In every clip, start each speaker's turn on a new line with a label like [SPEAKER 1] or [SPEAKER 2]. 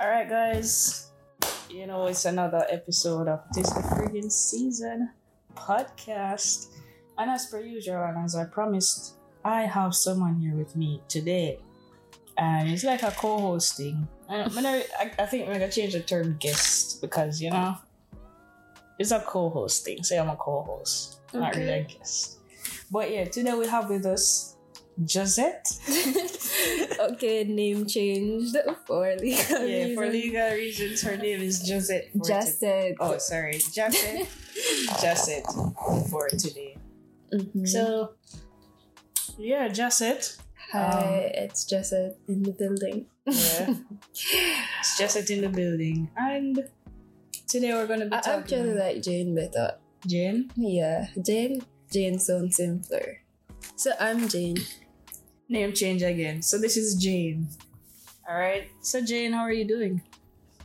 [SPEAKER 1] right, guys. You know, it's another episode of This the Friggin' Season podcast. And as per usual, and as I promised, I have someone here with me today. And it's like a co hosting. I, don't- I, I think we're going to change the term guest because, you know, it's a co hosting. Say I'm a co host, not
[SPEAKER 2] Okay.
[SPEAKER 1] really a guest. But yeah, today we have with us Josette.
[SPEAKER 2] okay, name changed for legal
[SPEAKER 1] Yeah, for
[SPEAKER 2] reasons.
[SPEAKER 1] legal reasons, her name is Josette. for
[SPEAKER 2] Just
[SPEAKER 1] today.
[SPEAKER 2] said.
[SPEAKER 1] Oh, sorry, Josette. Josette for today.
[SPEAKER 2] Mhm.
[SPEAKER 1] So, yeah, Josette. um,
[SPEAKER 2] hi, it's Jesset in the building.
[SPEAKER 1] Yeah, it's Josette in the building, and today we're gonna be
[SPEAKER 2] I
[SPEAKER 1] talking.
[SPEAKER 2] actually like Jane better.
[SPEAKER 1] Jane.
[SPEAKER 2] Yeah, Jane. Jane sounds simpler. So I'm Jane.
[SPEAKER 1] Name change again. So this is Jane. All right. So Jane, how are you doing?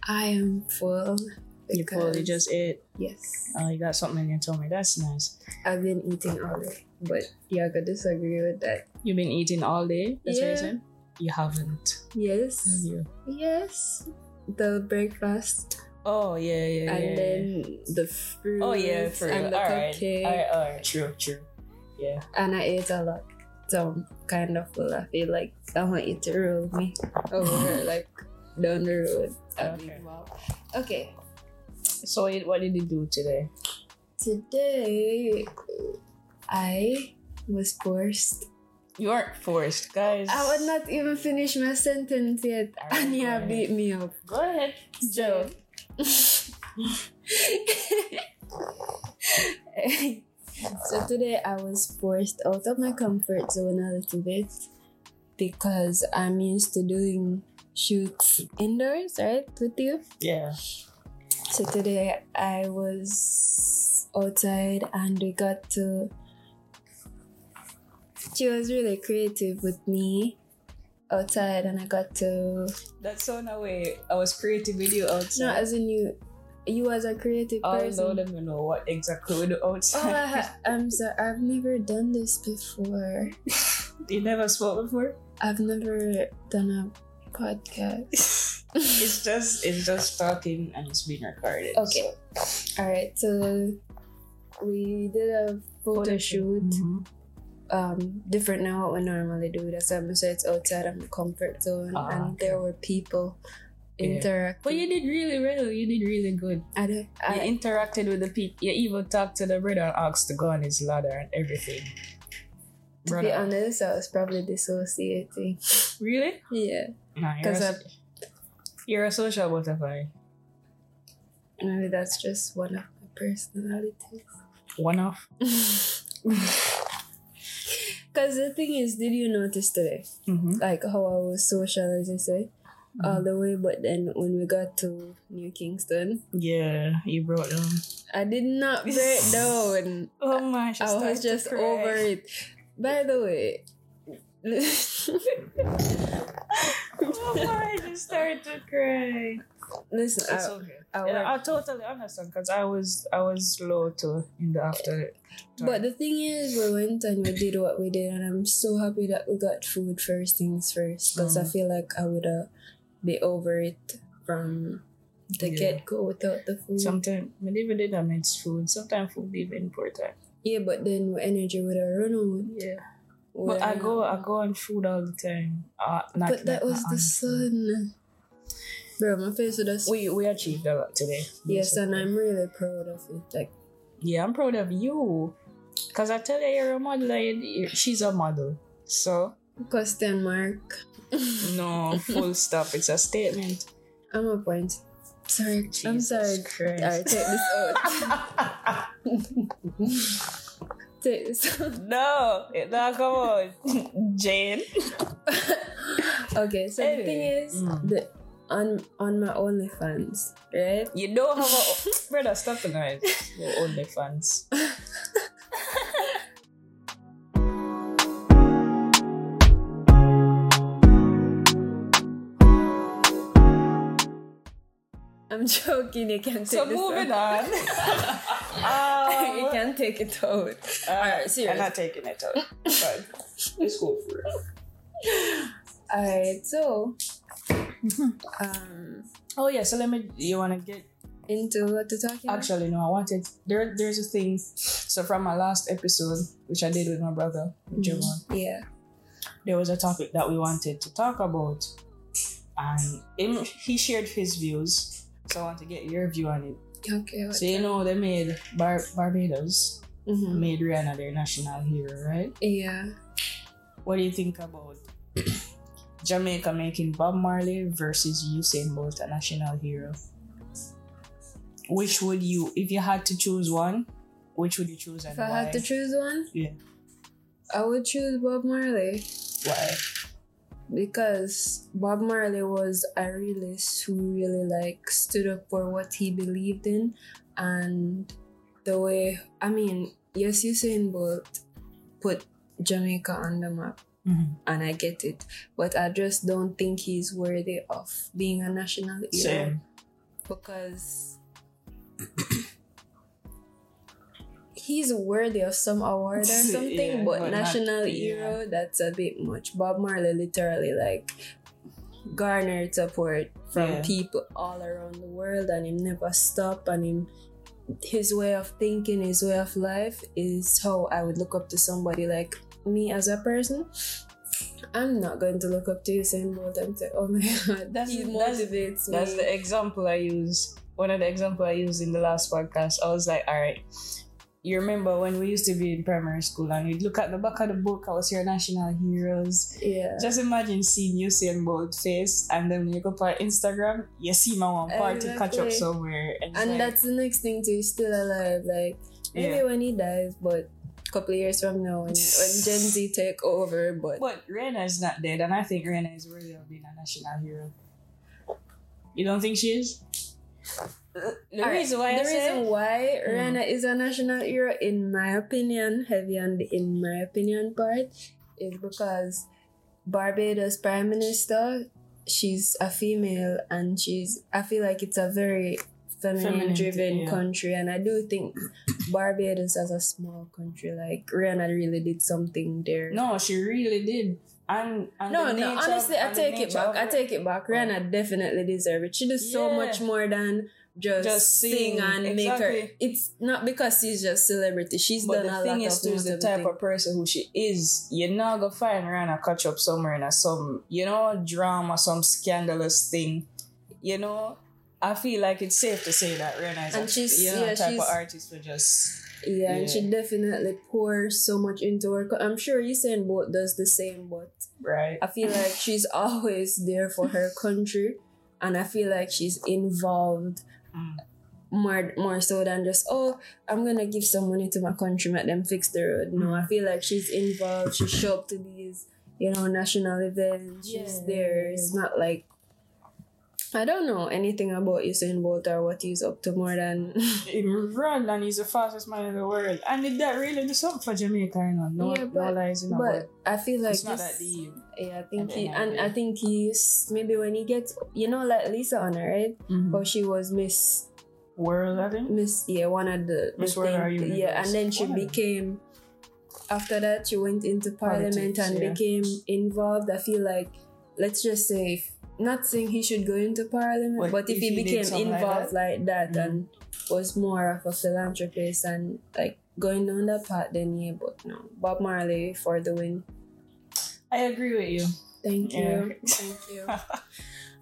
[SPEAKER 2] I am full.
[SPEAKER 1] You probably
[SPEAKER 2] because-
[SPEAKER 1] just ate.
[SPEAKER 2] yes.
[SPEAKER 1] Oh, you got something in your tummy. That's nice.
[SPEAKER 2] I've been eating all day, but yeah, I could disagree with that.
[SPEAKER 1] You've been eating all day. That's what you're
[SPEAKER 2] Yeah.
[SPEAKER 1] saying. You haven't, have
[SPEAKER 2] Yes.
[SPEAKER 1] you?
[SPEAKER 2] Yes. The breakfast
[SPEAKER 1] Oh yeah, yeah, yeah.
[SPEAKER 2] and
[SPEAKER 1] yeah.
[SPEAKER 2] then the fruit.
[SPEAKER 1] oh yeah, for
[SPEAKER 2] and
[SPEAKER 1] real.
[SPEAKER 2] the
[SPEAKER 1] All right, all
[SPEAKER 2] cupcake,
[SPEAKER 1] right, all right. True, true. Yeah,
[SPEAKER 2] and I ate a lot. So I'm kind of full. I feel like I want you to roll me over like down the road. I mean,
[SPEAKER 1] Oh,
[SPEAKER 2] wow.
[SPEAKER 1] Okay.
[SPEAKER 2] Okay.
[SPEAKER 1] So what what did you do today?
[SPEAKER 2] Today I was forced.
[SPEAKER 1] You aren't forced, guys.
[SPEAKER 2] I would not even finish my sentence yet, and you have beat me up.
[SPEAKER 1] Go ahead.
[SPEAKER 2] So, so today I was forced out of my comfort zone a little bit because I'm used to doing shoots indoors, right, with you.
[SPEAKER 1] Yeah.
[SPEAKER 2] So today I was outside and we got to. She was really creative with me outside, and I got to
[SPEAKER 1] That's on a way. I was creative with you
[SPEAKER 2] No,
[SPEAKER 1] outside.
[SPEAKER 2] as in you, you as a creative
[SPEAKER 1] I'll
[SPEAKER 2] person.
[SPEAKER 1] know them to know what exactly we do
[SPEAKER 2] Oh,
[SPEAKER 1] outside.
[SPEAKER 2] I ha- I'm sorry. I've never done this before.
[SPEAKER 1] you never spoke before.
[SPEAKER 2] I've never done a podcast.
[SPEAKER 1] It's just it's just talking and it's being recorded.
[SPEAKER 2] Okay. All right. So we did a photo
[SPEAKER 1] Photo
[SPEAKER 2] shoot.
[SPEAKER 1] hmm
[SPEAKER 2] Um, different now what we normally do. That's why I said it's outside of my comfort zone,
[SPEAKER 1] Ah,
[SPEAKER 2] and
[SPEAKER 1] okay.
[SPEAKER 2] there were people
[SPEAKER 1] Yeah.
[SPEAKER 2] interacting.
[SPEAKER 1] But you did really well. You did really good.
[SPEAKER 2] I don't. I,
[SPEAKER 1] You interacted with the people. You even talked to the brother and asked to go on his ladder and everything.
[SPEAKER 2] to be honest, I was probably dissociating.
[SPEAKER 1] really?
[SPEAKER 2] Yeah.
[SPEAKER 1] Nah, you're, a,
[SPEAKER 2] 'Cause
[SPEAKER 1] so- you're a social butterfly.
[SPEAKER 2] Maybe that's just one of my personalities.
[SPEAKER 1] One off.
[SPEAKER 2] Because the thing is, did you notice today?
[SPEAKER 1] Mm-hmm.
[SPEAKER 2] Like how I was social, as you say, all the way, but then when we got to New Kingston,
[SPEAKER 1] yeah, you brought them.
[SPEAKER 2] I did not break down.
[SPEAKER 1] Oh my!
[SPEAKER 2] I was just over it. By the way,
[SPEAKER 1] oh my! I just started to cry.
[SPEAKER 2] listen,
[SPEAKER 1] It's
[SPEAKER 2] I,
[SPEAKER 1] okay.
[SPEAKER 2] I
[SPEAKER 1] Yeah,
[SPEAKER 2] work-
[SPEAKER 1] I totally understand because I was I was low too in the after.
[SPEAKER 2] but the thing is, we went and we did what we did, and I'm so happy that we got food first things first because I
[SPEAKER 1] Mm.
[SPEAKER 2] feel like I would uh, be over it from the
[SPEAKER 1] Yeah.
[SPEAKER 2] get go without the
[SPEAKER 1] Mm.
[SPEAKER 2] food.
[SPEAKER 1] sometimes even did damage food. Sometimes food even important.
[SPEAKER 2] Yeah, but then my energy would have run out.
[SPEAKER 1] Yeah.
[SPEAKER 2] Would
[SPEAKER 1] But I
[SPEAKER 2] have-
[SPEAKER 1] go I go on food all the time. Uh, not,
[SPEAKER 2] But that
[SPEAKER 1] not-
[SPEAKER 2] was
[SPEAKER 1] not
[SPEAKER 2] the
[SPEAKER 1] on food.
[SPEAKER 2] sun. Bro, my face would have.
[SPEAKER 1] We we achieved a lot today.
[SPEAKER 2] yes, and
[SPEAKER 1] basically.
[SPEAKER 2] I'm really proud of it. Like,
[SPEAKER 1] Yeah, I'm proud of you. Cause I tell you, you're a model. and you- She's a model. So
[SPEAKER 2] question mark.
[SPEAKER 1] no, full stop. It's a statement.
[SPEAKER 2] I'm a point. Sorry, I'm
[SPEAKER 1] Jesus
[SPEAKER 2] sorry.
[SPEAKER 1] Christ.
[SPEAKER 2] Alright, take this out. take this out.
[SPEAKER 1] no, it- no, come on, Jane.
[SPEAKER 2] okay, so the thing
[SPEAKER 1] Anyway.
[SPEAKER 2] is,
[SPEAKER 1] Mm.
[SPEAKER 2] the on on my OnlyFans, right?
[SPEAKER 1] You don't have a brother. Stop tonight. You're only fans.
[SPEAKER 2] I'm joking. You can take
[SPEAKER 1] So
[SPEAKER 2] this
[SPEAKER 1] moving
[SPEAKER 2] out.
[SPEAKER 1] on. um,
[SPEAKER 2] you can take it out.
[SPEAKER 1] uh,
[SPEAKER 2] Alright, serious.
[SPEAKER 1] I'm not taking it out. But it's cool for it.
[SPEAKER 2] Alright, so
[SPEAKER 1] Mm-hmm.
[SPEAKER 2] um
[SPEAKER 1] Oh yeah, so let me. You wanna get?
[SPEAKER 2] into what to talking about?
[SPEAKER 1] Actually, no. I wanted there. There's a thing. So from my last episode, which I did with my brother, with
[SPEAKER 2] Mhm.
[SPEAKER 1] Javon,
[SPEAKER 2] Yeah.
[SPEAKER 1] there was a topic that we wanted to talk about, and him, he shared his views. So I want to get your view on it.
[SPEAKER 2] Okay. What
[SPEAKER 1] So you know they made Bar- Barbados
[SPEAKER 2] Mhm.
[SPEAKER 1] made Rihanna their national hero, right?
[SPEAKER 2] Yeah.
[SPEAKER 1] What do you think about Jamaica making Bob Marley versus Usain Bolt a national hero? Which would you, if you had to choose one, which would you choose and
[SPEAKER 2] If I
[SPEAKER 1] why?
[SPEAKER 2] had to choose one,
[SPEAKER 1] Yeah.
[SPEAKER 2] I would choose Bob Marley
[SPEAKER 1] why?
[SPEAKER 2] because Bob Marley was a realist who really like stood up for what he believed in and the way I mean, yes, Usain Bolt put Jamaica on the map and I get it, but I just don't think he's worthy of being a national hero.
[SPEAKER 1] Same.
[SPEAKER 2] because he's worthy of some award or
[SPEAKER 1] Yeah,
[SPEAKER 2] something, but,
[SPEAKER 1] but not-
[SPEAKER 2] national
[SPEAKER 1] yeah.
[SPEAKER 2] hero, that's a bit much. Bob Marley literally like garnered support from
[SPEAKER 1] Yeah.
[SPEAKER 2] people all around the world and him never stop and him his way of thinking, his way of life is how I would look up to somebody like me as a person. I'm not going to look up to Usain Bolt and say, "Oh my God,
[SPEAKER 1] That's-
[SPEAKER 2] he
[SPEAKER 1] that's-
[SPEAKER 2] motivates me."
[SPEAKER 1] That's the example I use. One of the example I used in the last podcast, I was like, all right. You remember when we used to be in primary school and you'd look at the back of the book, I was your national heroes.
[SPEAKER 2] yeah.
[SPEAKER 1] Just imagine seeing Usain Bolt face, and then you go for Instagram, you see my one party catch up
[SPEAKER 2] Exactly.
[SPEAKER 1] somewhere, and, it's
[SPEAKER 2] And
[SPEAKER 1] like,
[SPEAKER 2] that's the next thing too. He's still alive. Like maybe
[SPEAKER 1] yeah.
[SPEAKER 2] when he dies, but a couple of years from now, when, when Gen Z take over, but
[SPEAKER 1] But Rihanna is not dead, and I think Rihanna is worthy of being a national hero. You don't think she is? The
[SPEAKER 2] Uh, All right,
[SPEAKER 1] reason why I
[SPEAKER 2] the reason
[SPEAKER 1] say
[SPEAKER 2] why
[SPEAKER 1] Mm.
[SPEAKER 2] Rihanna is a national hero, in my opinion, heavy on the in my opinion part, is because Barbados Prime Minister, she's a female and she's I feel like it's a very feminine
[SPEAKER 1] Feminine,
[SPEAKER 2] driven
[SPEAKER 1] yeah.
[SPEAKER 2] country and I do think Barbados as a small country, like Rihanna really did something there.
[SPEAKER 1] no, she really did. And, and
[SPEAKER 2] No,
[SPEAKER 1] the
[SPEAKER 2] no,
[SPEAKER 1] nature
[SPEAKER 2] honestly,
[SPEAKER 1] of-
[SPEAKER 2] I
[SPEAKER 1] and the
[SPEAKER 2] take it
[SPEAKER 1] nature
[SPEAKER 2] back.
[SPEAKER 1] of
[SPEAKER 2] I
[SPEAKER 1] her-
[SPEAKER 2] take it back. Rihanna definitely deserves it. She does so
[SPEAKER 1] Yeah.
[SPEAKER 2] much more than just,
[SPEAKER 1] Just
[SPEAKER 2] sing,
[SPEAKER 1] sing,
[SPEAKER 2] and make her.
[SPEAKER 1] exactly.
[SPEAKER 2] It's not because she's just celebrity. She's
[SPEAKER 1] But
[SPEAKER 2] done
[SPEAKER 1] the
[SPEAKER 2] a
[SPEAKER 1] thing
[SPEAKER 2] lot
[SPEAKER 1] is,
[SPEAKER 2] of
[SPEAKER 1] too, is the
[SPEAKER 2] notable
[SPEAKER 1] type
[SPEAKER 2] thing.
[SPEAKER 1] of person who she is. You're not gonna find Rihanna catch up somewhere in a some, you know, drama, some scandalous thing. You know, I feel like it's safe to say that Rihanna is
[SPEAKER 2] And
[SPEAKER 1] a,
[SPEAKER 2] she's-
[SPEAKER 1] you know,
[SPEAKER 2] yeah,
[SPEAKER 1] type
[SPEAKER 2] she's-
[SPEAKER 1] of artist who just
[SPEAKER 2] Yeah, and she
[SPEAKER 1] Yeah.
[SPEAKER 2] definitely pours so much into her. co- I'm sure Usain Bolt does the same, but
[SPEAKER 1] right.
[SPEAKER 2] I feel like she's always there for her country, and I feel like she's involved
[SPEAKER 1] Mm.
[SPEAKER 2] more more so than just oh I'm gonna give some money to my country, make them fix the road. No, I feel like she's involved. She show up to these you know national events. She's
[SPEAKER 1] Yeah.
[SPEAKER 2] there. It's not like. I don't know anything about Usain Bolt or what he's up to more than
[SPEAKER 1] He run and he's the fastest man in the world. And did that really do something for Jamaica? You know? No,
[SPEAKER 2] Yeah, but-
[SPEAKER 1] no lies, you know,
[SPEAKER 2] but I feel like
[SPEAKER 1] it's not
[SPEAKER 2] this-
[SPEAKER 1] that deep.
[SPEAKER 2] yeah I think
[SPEAKER 1] At the
[SPEAKER 2] he
[SPEAKER 1] end of
[SPEAKER 2] and
[SPEAKER 1] the
[SPEAKER 2] I
[SPEAKER 1] day.
[SPEAKER 2] think he's maybe when he gets you know like Lisa Honor right how she was Miss
[SPEAKER 1] Mm-hmm. World, I think.
[SPEAKER 2] Miss yeah, one of the the
[SPEAKER 1] Miss World
[SPEAKER 2] thing-
[SPEAKER 1] or
[SPEAKER 2] yeah, and
[SPEAKER 1] Universe?
[SPEAKER 2] then she
[SPEAKER 1] One of them.
[SPEAKER 2] became after that she went into parliament
[SPEAKER 1] Politics,
[SPEAKER 2] and
[SPEAKER 1] yeah.
[SPEAKER 2] became involved. I feel like let's just say if, not saying he should go into parliament,
[SPEAKER 1] But
[SPEAKER 2] but if,
[SPEAKER 1] if
[SPEAKER 2] he
[SPEAKER 1] he did
[SPEAKER 2] became
[SPEAKER 1] something like
[SPEAKER 2] involved like that,
[SPEAKER 1] Mhm.
[SPEAKER 2] and was more of a philanthropist and like going down that path, then yeah, but no, Bob Marley for the win.
[SPEAKER 1] I agree with you.
[SPEAKER 2] Thank you,
[SPEAKER 1] Yeah.
[SPEAKER 2] thank you.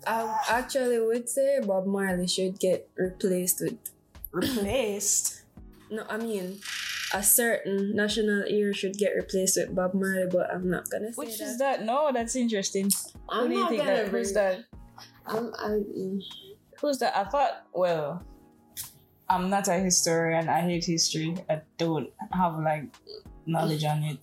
[SPEAKER 2] I actually would say Bob Marley should get replaced with
[SPEAKER 1] Replaced.
[SPEAKER 2] No, I mean, a certain national hero should get replaced with Bob Marley, but I'm not gonna say
[SPEAKER 1] Which
[SPEAKER 2] that.
[SPEAKER 1] is that? No, that's interesting.
[SPEAKER 2] I'm
[SPEAKER 1] Who do you
[SPEAKER 2] not
[SPEAKER 1] think
[SPEAKER 2] gonna
[SPEAKER 1] that? Who's
[SPEAKER 2] bring-
[SPEAKER 1] that?
[SPEAKER 2] I'm, I'm,
[SPEAKER 1] Who's that? I thought, well, I'm not a historian. I hate history. I don't have like knowledge on it.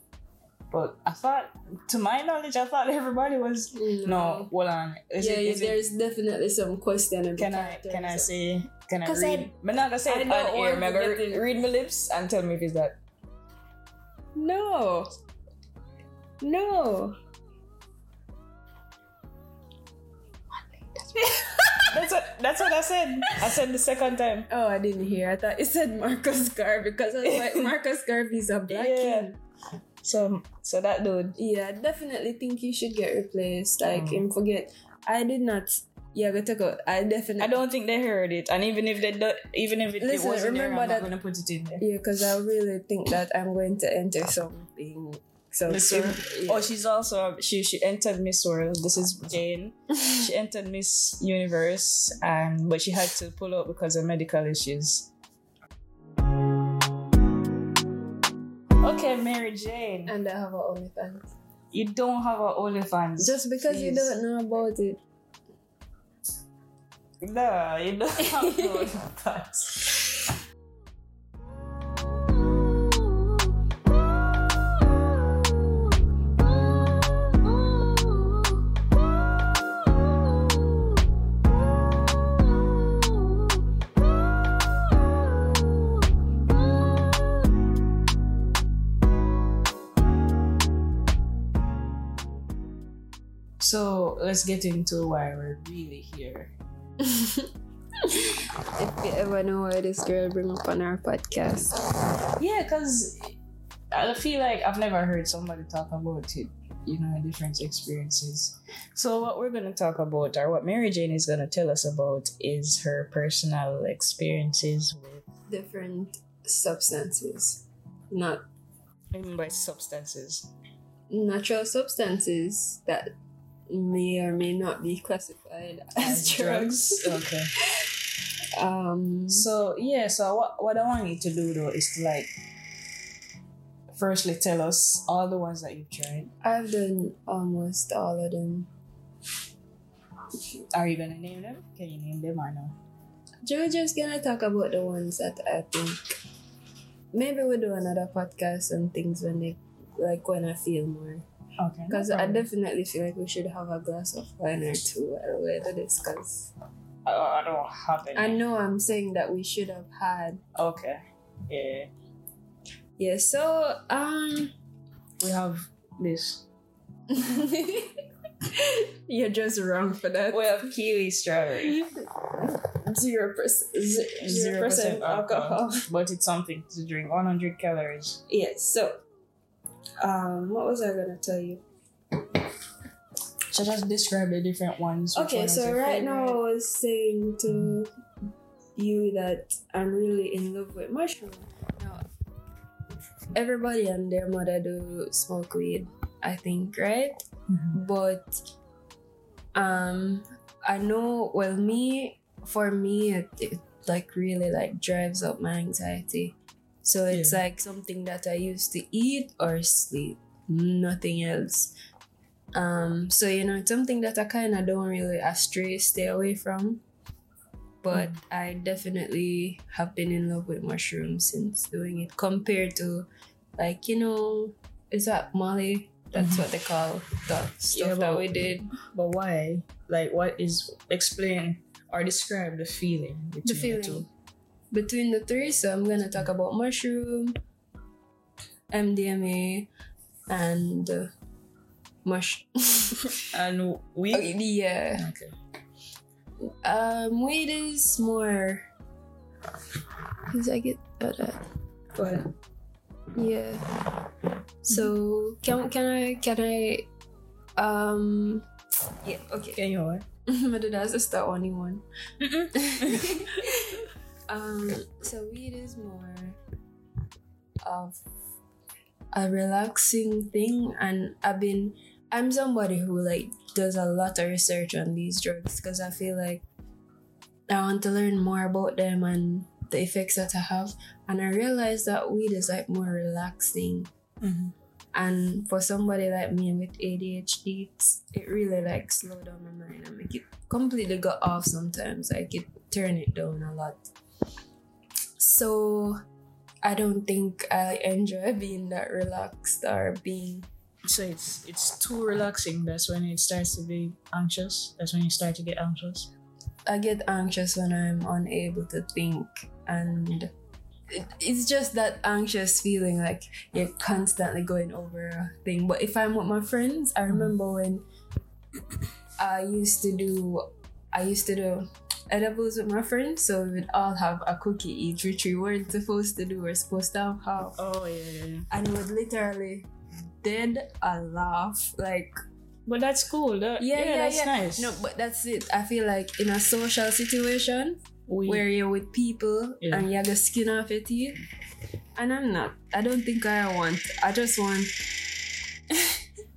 [SPEAKER 1] But I thought, to my knowledge, I thought everybody was.
[SPEAKER 2] mm,
[SPEAKER 1] No, well, on. Is
[SPEAKER 2] yeah,
[SPEAKER 1] it, is it,
[SPEAKER 2] there's definitely some questionable.
[SPEAKER 1] can I can I
[SPEAKER 2] characters.
[SPEAKER 1] say can I
[SPEAKER 2] 'Cause I-
[SPEAKER 1] read? But not gonna say
[SPEAKER 2] I
[SPEAKER 1] it
[SPEAKER 2] don't
[SPEAKER 1] on air.
[SPEAKER 2] want
[SPEAKER 1] Man,
[SPEAKER 2] to
[SPEAKER 1] go
[SPEAKER 2] get
[SPEAKER 1] re-
[SPEAKER 2] in-
[SPEAKER 1] read my lips and tell me if it's that.
[SPEAKER 2] No, no.
[SPEAKER 1] That's what that's what I said. I said the second time.
[SPEAKER 2] Oh, I didn't hear. I thought it said Marcus Garvey because I was like, Marcus Garvey's a black
[SPEAKER 1] Yeah.
[SPEAKER 2] king.
[SPEAKER 1] So so that dude.
[SPEAKER 2] Yeah, I definitely think you should get replaced. Like,
[SPEAKER 1] Mm.
[SPEAKER 2] and forget. I did not. Yeah, go take out. I definitely.
[SPEAKER 1] I don't think they heard it, and even if they do, even if it, it
[SPEAKER 2] Listen,
[SPEAKER 1] wasn't there,
[SPEAKER 2] remember
[SPEAKER 1] I'm not
[SPEAKER 2] that-
[SPEAKER 1] gonna put it in there.
[SPEAKER 2] Yeah, because I really think that I'm going to enter something. So
[SPEAKER 1] Listen.
[SPEAKER 2] yeah.
[SPEAKER 1] Oh, she's also she she entered Miss World. This is Jane. she entered Miss Universe, and but she had to pull out because of medical issues. Okay, Mary Jane,
[SPEAKER 2] and I have an OnlyFans.
[SPEAKER 1] you don't have an OnlyFans.
[SPEAKER 2] Just because you
[SPEAKER 1] Please.
[SPEAKER 2] don't know about it.
[SPEAKER 1] No, you don't have to worry about that. So let's get into why we're really here.
[SPEAKER 2] If you ever know why this girl bring up on our podcast.
[SPEAKER 1] Yeah, because I feel like I've never heard somebody talk about it, you know, different experiences. So, what we're going to talk about, or what Mary Jane is going to tell us about, is her personal experiences with
[SPEAKER 2] Different substances. Not
[SPEAKER 1] even by substances.
[SPEAKER 2] natural substances that may or may not be classified as, drugs.
[SPEAKER 1] okay.
[SPEAKER 2] Um
[SPEAKER 1] So, yeah, so what, what I want you to do though is to like, firstly, tell us all the ones that you've tried.
[SPEAKER 2] I've done almost all of them.
[SPEAKER 1] Are you going to name them? Can you name them or no?
[SPEAKER 2] We're just gonna talk about the ones that I think maybe we'll do another podcast on things when they like when I feel more.
[SPEAKER 1] Okay. no
[SPEAKER 2] Because I
[SPEAKER 1] problem.
[SPEAKER 2] definitely feel like we should have a glass of wine or two while we do this. Because
[SPEAKER 1] I, I don't have any.
[SPEAKER 2] I know I'm saying that we should have had.
[SPEAKER 1] Okay. Yeah.
[SPEAKER 2] Yeah. So um,
[SPEAKER 1] We have this.
[SPEAKER 2] you're just wrong for that.
[SPEAKER 1] We have kiwi strawberry.
[SPEAKER 2] Zero percent. Zero percent alcohol.
[SPEAKER 1] But it's something to drink. 100 calories.
[SPEAKER 2] Yeah. So um, what was I gonna tell you?
[SPEAKER 1] So just describe the different ones. which one
[SPEAKER 2] Okay,
[SPEAKER 1] is
[SPEAKER 2] so
[SPEAKER 1] your
[SPEAKER 2] right now I
[SPEAKER 1] favorite.
[SPEAKER 2] was saying to you that I'm really in love with mushroom. Now, everybody and their mother do smoke weed, I think, right?
[SPEAKER 1] Mhm.
[SPEAKER 2] But um, I know. Well, me for me, it, it like really like drives up my anxiety. So it's
[SPEAKER 1] Yeah.
[SPEAKER 2] like something that I used to eat or sleep, nothing else. Um, so you know, it's something that I kind of don't really astray stay away from. But I definitely have been in love with mushrooms since doing it compared to like, you know, is that Molly? That's what they call that stuff
[SPEAKER 1] Yeah,
[SPEAKER 2] that
[SPEAKER 1] but-
[SPEAKER 2] we did.
[SPEAKER 1] But why? Like, what is. Explain or describe the feeling. between
[SPEAKER 2] The feeling.
[SPEAKER 1] two.
[SPEAKER 2] Between the three, so I'm gonna talk about mushroom, MDMA, and uh, mush.
[SPEAKER 1] And we.
[SPEAKER 2] Okay, yeah.
[SPEAKER 1] Okay.
[SPEAKER 2] Um, weed is more. Cause I get better.
[SPEAKER 1] But
[SPEAKER 2] Yeah. So can can I can I, um, yeah okay.
[SPEAKER 1] can you what?
[SPEAKER 2] but that's just the only one.
[SPEAKER 1] Mm-mm.
[SPEAKER 2] um. So weed is more of a relaxing thing, and I've been I'm somebody who like does a lot of research on these drugs because I feel like I want to learn more about them and the effects that I have, and I realized that weed is like more relaxing
[SPEAKER 1] Mhm.
[SPEAKER 2] and for somebody like me with ADHD, it's, it really like slow down my mind and make it completely go off sometimes. Like it turn it down a lot. So I don't think I enjoy being that relaxed or being
[SPEAKER 1] So it's it's too relaxing. That's when it starts to be anxious. That's when you start to get anxious.
[SPEAKER 2] I get anxious when I'm unable to think and it- it's just that anxious feeling like you're constantly going over a thing. But if I'm with my friends, I remember when I used to do I used to do edibles with my friends, so we would all have a cookie each, which we weren't supposed to do, we're supposed to have half.
[SPEAKER 1] Oh yeah, yeah, yeah.
[SPEAKER 2] And we would literally did a laugh like
[SPEAKER 1] But that's cool. That, yeah,
[SPEAKER 2] Yeah, yeah,
[SPEAKER 1] that's
[SPEAKER 2] yeah.
[SPEAKER 1] nice.
[SPEAKER 2] No, but that's it. I feel like in a social situation
[SPEAKER 1] we,
[SPEAKER 2] where you're with people
[SPEAKER 1] Yeah.
[SPEAKER 2] and you have the skin off your teeth, and I'm not. I don't think I want. I just want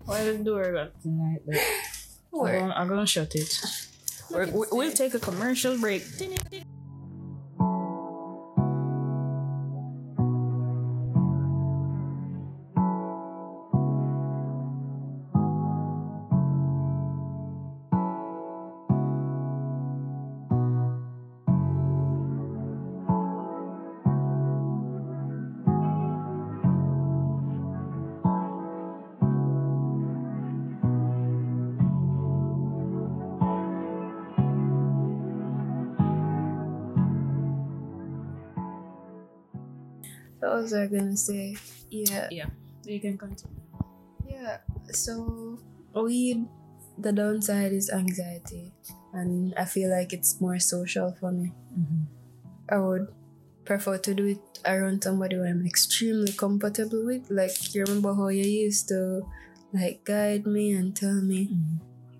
[SPEAKER 1] why the door got tonight? But I'm,
[SPEAKER 2] work.
[SPEAKER 1] gonna, I'm gonna shut it. We're, we- we'll take a commercial break.
[SPEAKER 2] What was I gonna say? Yeah,
[SPEAKER 1] You can continue.
[SPEAKER 2] yeah. So weed. The downside is anxiety, and I feel like it's more social for me.
[SPEAKER 1] Mm-hmm.
[SPEAKER 2] I would prefer to do it around somebody who I'm extremely comfortable with. Like you remember how you used to like guide me and tell me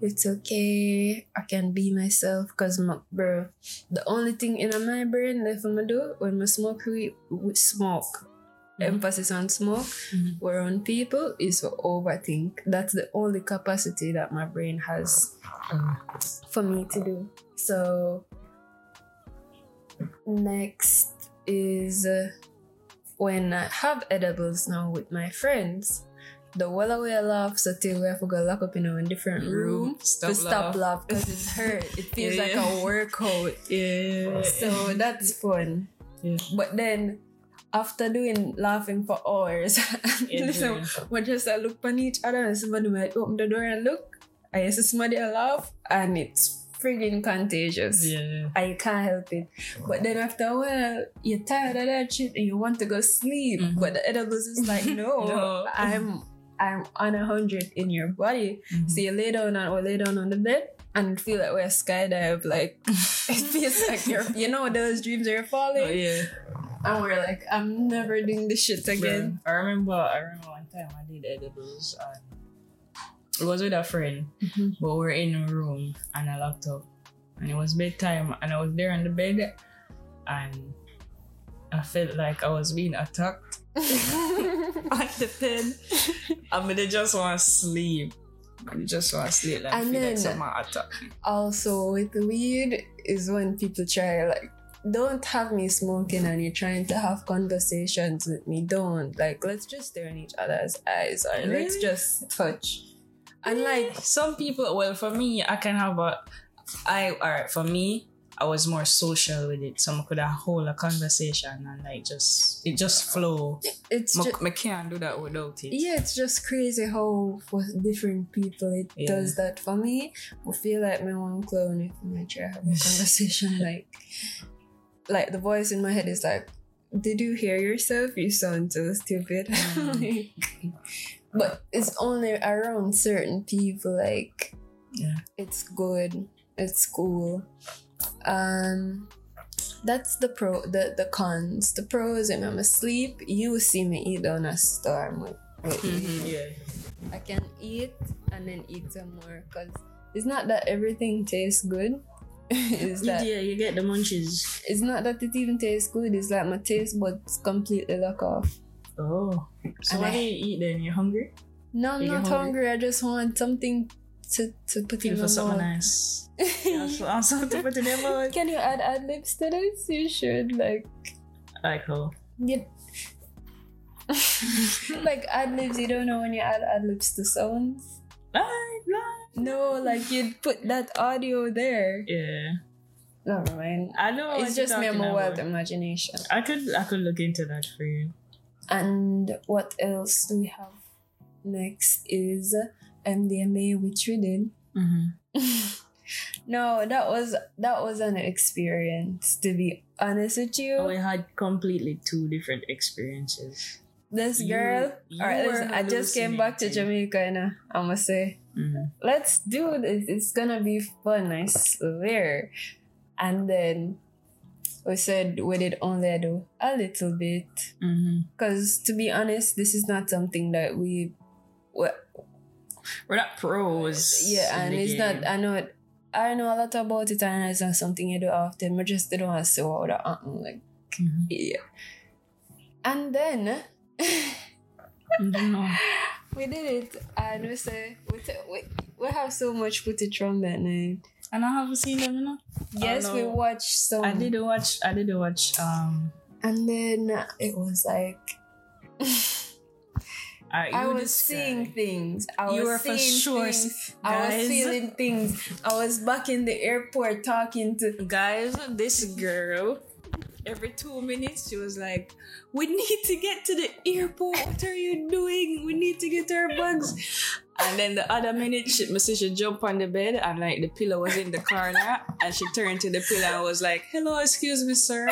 [SPEAKER 2] it's okay, I can be myself. Cause my bro, the only thing in my brain left I'ma do when I smoke we, we smoke.
[SPEAKER 1] Mhm.
[SPEAKER 2] Emphasis on smoke,
[SPEAKER 1] Mhm.
[SPEAKER 2] we're on people is to overthink. That's the only capacity that my brain has for me to do. So next is uh, when I have edibles now with my friends. The wall away laughs until we have to go lock up in a different room
[SPEAKER 1] Stop.
[SPEAKER 2] to stop laugh because it hurt. It feels
[SPEAKER 1] Yeah,
[SPEAKER 2] like
[SPEAKER 1] yeah.
[SPEAKER 2] a workout.
[SPEAKER 1] Yeah.
[SPEAKER 2] So that's fun.
[SPEAKER 1] Yeah.
[SPEAKER 2] But then after doing laughing for hours,
[SPEAKER 1] Yeah,
[SPEAKER 2] listen,
[SPEAKER 1] yeah.
[SPEAKER 2] we just I look on each other and somebody might open the door and look. I just somebody a laugh and it's friggin' contagious.
[SPEAKER 1] yeah.
[SPEAKER 2] I can't help it. But then after a while, you're tired of that shit and you want to go sleep.
[SPEAKER 1] Mhm.
[SPEAKER 2] But the edibles is like, no,
[SPEAKER 1] No.
[SPEAKER 2] I'm I'm on a hundred in your body. So you lay down on or lay down on the bed and feel like we're skydive. Like it feels like you're you know those dreams are
[SPEAKER 1] Mm-hmm. Oh,
[SPEAKER 2] falling.
[SPEAKER 1] yeah.
[SPEAKER 2] And we're like, I'm never doing this shit again.
[SPEAKER 1] Bruh, I remember I remember one time I did edibles and it was with a friend,
[SPEAKER 2] Mhm.
[SPEAKER 1] but we are in a room and I locked up. And it was bedtime and I was there on the bed and I felt like I was being attacked on the bed. I mean I just wanna sleep. I just wanna sleep like
[SPEAKER 2] And
[SPEAKER 1] feel
[SPEAKER 2] then-
[SPEAKER 1] like someone attack.
[SPEAKER 2] also with weed is when people try like don't have me smoking and you're trying to have conversations with me don't like let's just stare in each other's eyes or let's
[SPEAKER 1] Really?
[SPEAKER 2] just touch and like
[SPEAKER 1] some people well for me I can have a I alright for me I was more social with it, so I could hold a conversation and like just it just flow.
[SPEAKER 2] it's
[SPEAKER 1] I
[SPEAKER 2] just
[SPEAKER 1] can't do that without it.
[SPEAKER 2] yeah it's just crazy how for different people it
[SPEAKER 1] Yeah.
[SPEAKER 2] does that for me i feel like my one clone if i try to have a conversation like like the voice in my head is like did you hear yourself you sound so stupid
[SPEAKER 1] Mm.
[SPEAKER 2] Like, but it's only around certain people like
[SPEAKER 1] Yeah.
[SPEAKER 2] it's good it's cool um that's the pro the the cons the pros i'm asleep you see me eat on a storm with, with
[SPEAKER 1] Mhm, yeah.
[SPEAKER 2] I can eat and then eat some more because it's not that everything tastes good. it's that
[SPEAKER 1] yeah, you get the munchies.
[SPEAKER 2] it's not that it even tastes good. It's like my taste buds completely lock off.
[SPEAKER 1] Oh. So
[SPEAKER 2] And
[SPEAKER 1] what
[SPEAKER 2] I-
[SPEAKER 1] do you eat then? You're hungry?
[SPEAKER 2] No, I'm
[SPEAKER 1] You get
[SPEAKER 2] not
[SPEAKER 1] hungry?
[SPEAKER 2] hungry. I just want something to to put
[SPEAKER 1] Feel
[SPEAKER 2] in
[SPEAKER 1] for
[SPEAKER 2] my
[SPEAKER 1] something
[SPEAKER 2] mouth.
[SPEAKER 1] nice. Yeah, so I'm sorry to put in your mouth.
[SPEAKER 2] can you add ad libs to this? You should like
[SPEAKER 1] Like how?
[SPEAKER 2] you like ad libs. You don't know when you add ad libs to sounds.
[SPEAKER 1] Bye, bye.
[SPEAKER 2] No, like you'd put that audio there.
[SPEAKER 1] Yeah.
[SPEAKER 2] Never mind.
[SPEAKER 1] Oh, I know.
[SPEAKER 2] It's
[SPEAKER 1] what you're
[SPEAKER 2] just me and
[SPEAKER 1] talking
[SPEAKER 2] my
[SPEAKER 1] about.
[SPEAKER 2] wild imagination.
[SPEAKER 1] I could I could look into that for you.
[SPEAKER 2] And what else do we have? Next is um, MDMA, which we did.
[SPEAKER 1] Mm-hmm.
[SPEAKER 2] no, that was that was an experience. To be honest with you,
[SPEAKER 1] Oh, we had completely two different experiences.
[SPEAKER 2] this
[SPEAKER 1] You-
[SPEAKER 2] girl.
[SPEAKER 1] you
[SPEAKER 2] all right,
[SPEAKER 1] were
[SPEAKER 2] listen, I just came back to
[SPEAKER 1] hallucinating.
[SPEAKER 2] Jamaica, and uh, I'ma say,
[SPEAKER 1] Mhm.
[SPEAKER 2] let's do this. It's gonna be fun. I swear. And then we said we did only do a little bit.
[SPEAKER 1] Mm-hmm.
[SPEAKER 2] because to be honest this is not something that we well,
[SPEAKER 1] We're not pros.
[SPEAKER 2] yeah,
[SPEAKER 1] in
[SPEAKER 2] and
[SPEAKER 1] the
[SPEAKER 2] it's
[SPEAKER 1] game.
[SPEAKER 2] not. I know. It, I know a lot about it, and it's not something you do often. But just they don't want to say wow, that uh-uh, like
[SPEAKER 1] Mhm.
[SPEAKER 2] yeah. And then
[SPEAKER 1] I don't know.
[SPEAKER 2] we did it, and we say we, t- we we have so much footage from that night.
[SPEAKER 1] And I haven't seen them, you know.
[SPEAKER 2] Yes, we
[SPEAKER 1] no.
[SPEAKER 2] watched some.
[SPEAKER 1] I did watch. I did watch. Um,
[SPEAKER 2] And then it was like
[SPEAKER 1] I,
[SPEAKER 2] I
[SPEAKER 1] you
[SPEAKER 2] was
[SPEAKER 1] describe.
[SPEAKER 2] seeing things. I
[SPEAKER 1] You
[SPEAKER 2] was
[SPEAKER 1] were for
[SPEAKER 2] seeing
[SPEAKER 1] sure
[SPEAKER 2] things.
[SPEAKER 1] s-
[SPEAKER 2] I was
[SPEAKER 1] guys.
[SPEAKER 2] feeling things. I was back in the airport talking to
[SPEAKER 1] guys, this girl, every two minutes, she was like, We need to get to the airport. What are you doing? We need to get our bags. And then the other minute, she, my sister jumped on the bed and like the pillow was in the corner. and she turned to the pillow and was like, Hello, excuse me, sir.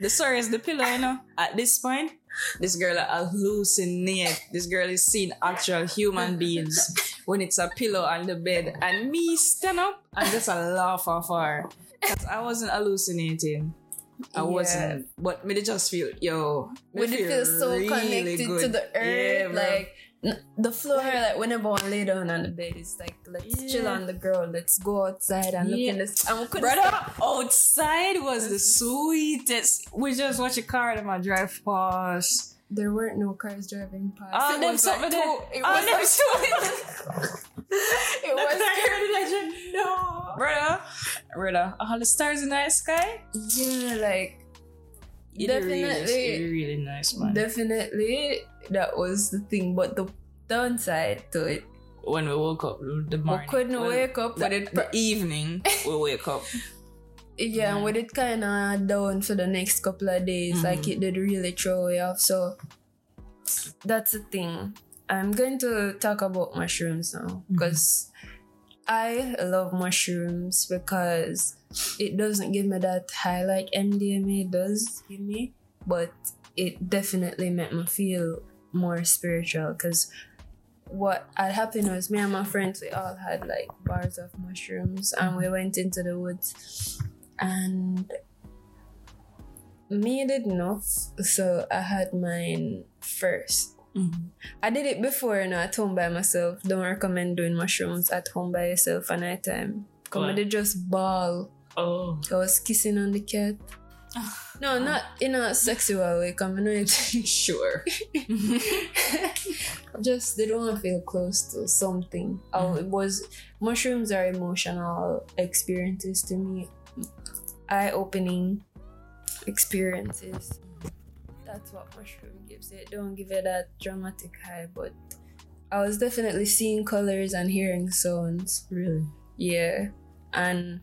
[SPEAKER 1] The sir is the pillow, you know. At this point, this girl hallucinate. This girl is seeing actual human beings when it's a pillow on the bed. And me stand up and just a laugh off her. 'Cause I wasn't hallucinating. I
[SPEAKER 2] Yeah.
[SPEAKER 1] wasn't. But me they just feel, yo. me
[SPEAKER 2] when it feels so
[SPEAKER 1] really
[SPEAKER 2] connected to
[SPEAKER 1] good.
[SPEAKER 2] the
[SPEAKER 1] Yeah,
[SPEAKER 2] earth,
[SPEAKER 1] bro.
[SPEAKER 2] like n- the floor, like whenever one lay down on the bed, it's like let's chill
[SPEAKER 1] Yeah.
[SPEAKER 2] on the ground, let's go outside and look in
[SPEAKER 1] Yeah.
[SPEAKER 2] the s- and we couldn't
[SPEAKER 1] Brother, outside was the sweetest. We just watch a car and I drive past.
[SPEAKER 2] There weren't no cars driving past.
[SPEAKER 1] Ah,
[SPEAKER 2] It
[SPEAKER 1] them
[SPEAKER 2] was like
[SPEAKER 1] something
[SPEAKER 2] two-
[SPEAKER 1] that-
[SPEAKER 2] it
[SPEAKER 1] ah,
[SPEAKER 2] was
[SPEAKER 1] them
[SPEAKER 2] like- it
[SPEAKER 1] The
[SPEAKER 2] was
[SPEAKER 1] car that I drive- No. Brother, brother, all the stars in the sky.
[SPEAKER 2] yeah, like
[SPEAKER 1] It
[SPEAKER 2] Definitely.
[SPEAKER 1] Really, it really nice, man.
[SPEAKER 2] definitely that was the thing. But the downside to it,
[SPEAKER 1] when we woke up the morning,
[SPEAKER 2] we couldn't
[SPEAKER 1] well,
[SPEAKER 2] wake up
[SPEAKER 1] The,
[SPEAKER 2] with it.
[SPEAKER 1] the evening, we wake up.
[SPEAKER 2] Yeah, and with it kind of down for the next couple of days, like it did really throw me off. So that's the thing. I'm going to talk about mushrooms now because I love mushrooms because it doesn't give me that high like MDMA does give me, but it definitely made me feel more spiritual because what had happened was me and my friends we all had like bars of mushrooms and we went into the woods and me did not so i had mine first
[SPEAKER 1] Mm.
[SPEAKER 2] i did it before you know at home by myself don't recommend doing mushrooms at home by yourself at night time come
[SPEAKER 1] Why?
[SPEAKER 2] I did just ball
[SPEAKER 1] Oh,
[SPEAKER 2] i was kissing on the cat no not in a sexual way come on
[SPEAKER 1] Um, sure.
[SPEAKER 2] just they don't want to feel close to something. Oh, it was mushrooms are emotional experiences to me, eye opening experiences. That's what mushroom gives it. Don't give it that dramatic high, but I was definitely seeing colors and hearing sounds.
[SPEAKER 1] really?
[SPEAKER 2] Yeah. And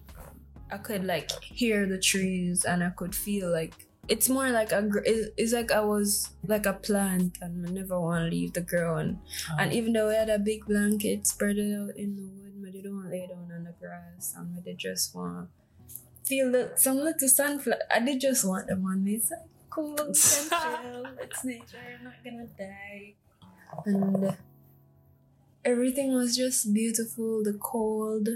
[SPEAKER 2] I could like hear the trees and I could feel like it's more like a gr- it's, it's like I was like a plant and I never want to leave the ground. And even though we had a big blanket spread it out in the wood, but they don't lay down on the grass and we did just want feel the, some little sunflower. I did just want them on me. It's like cool, it's chill, it's nature, I'm not gonna die. And everything was just beautiful the cold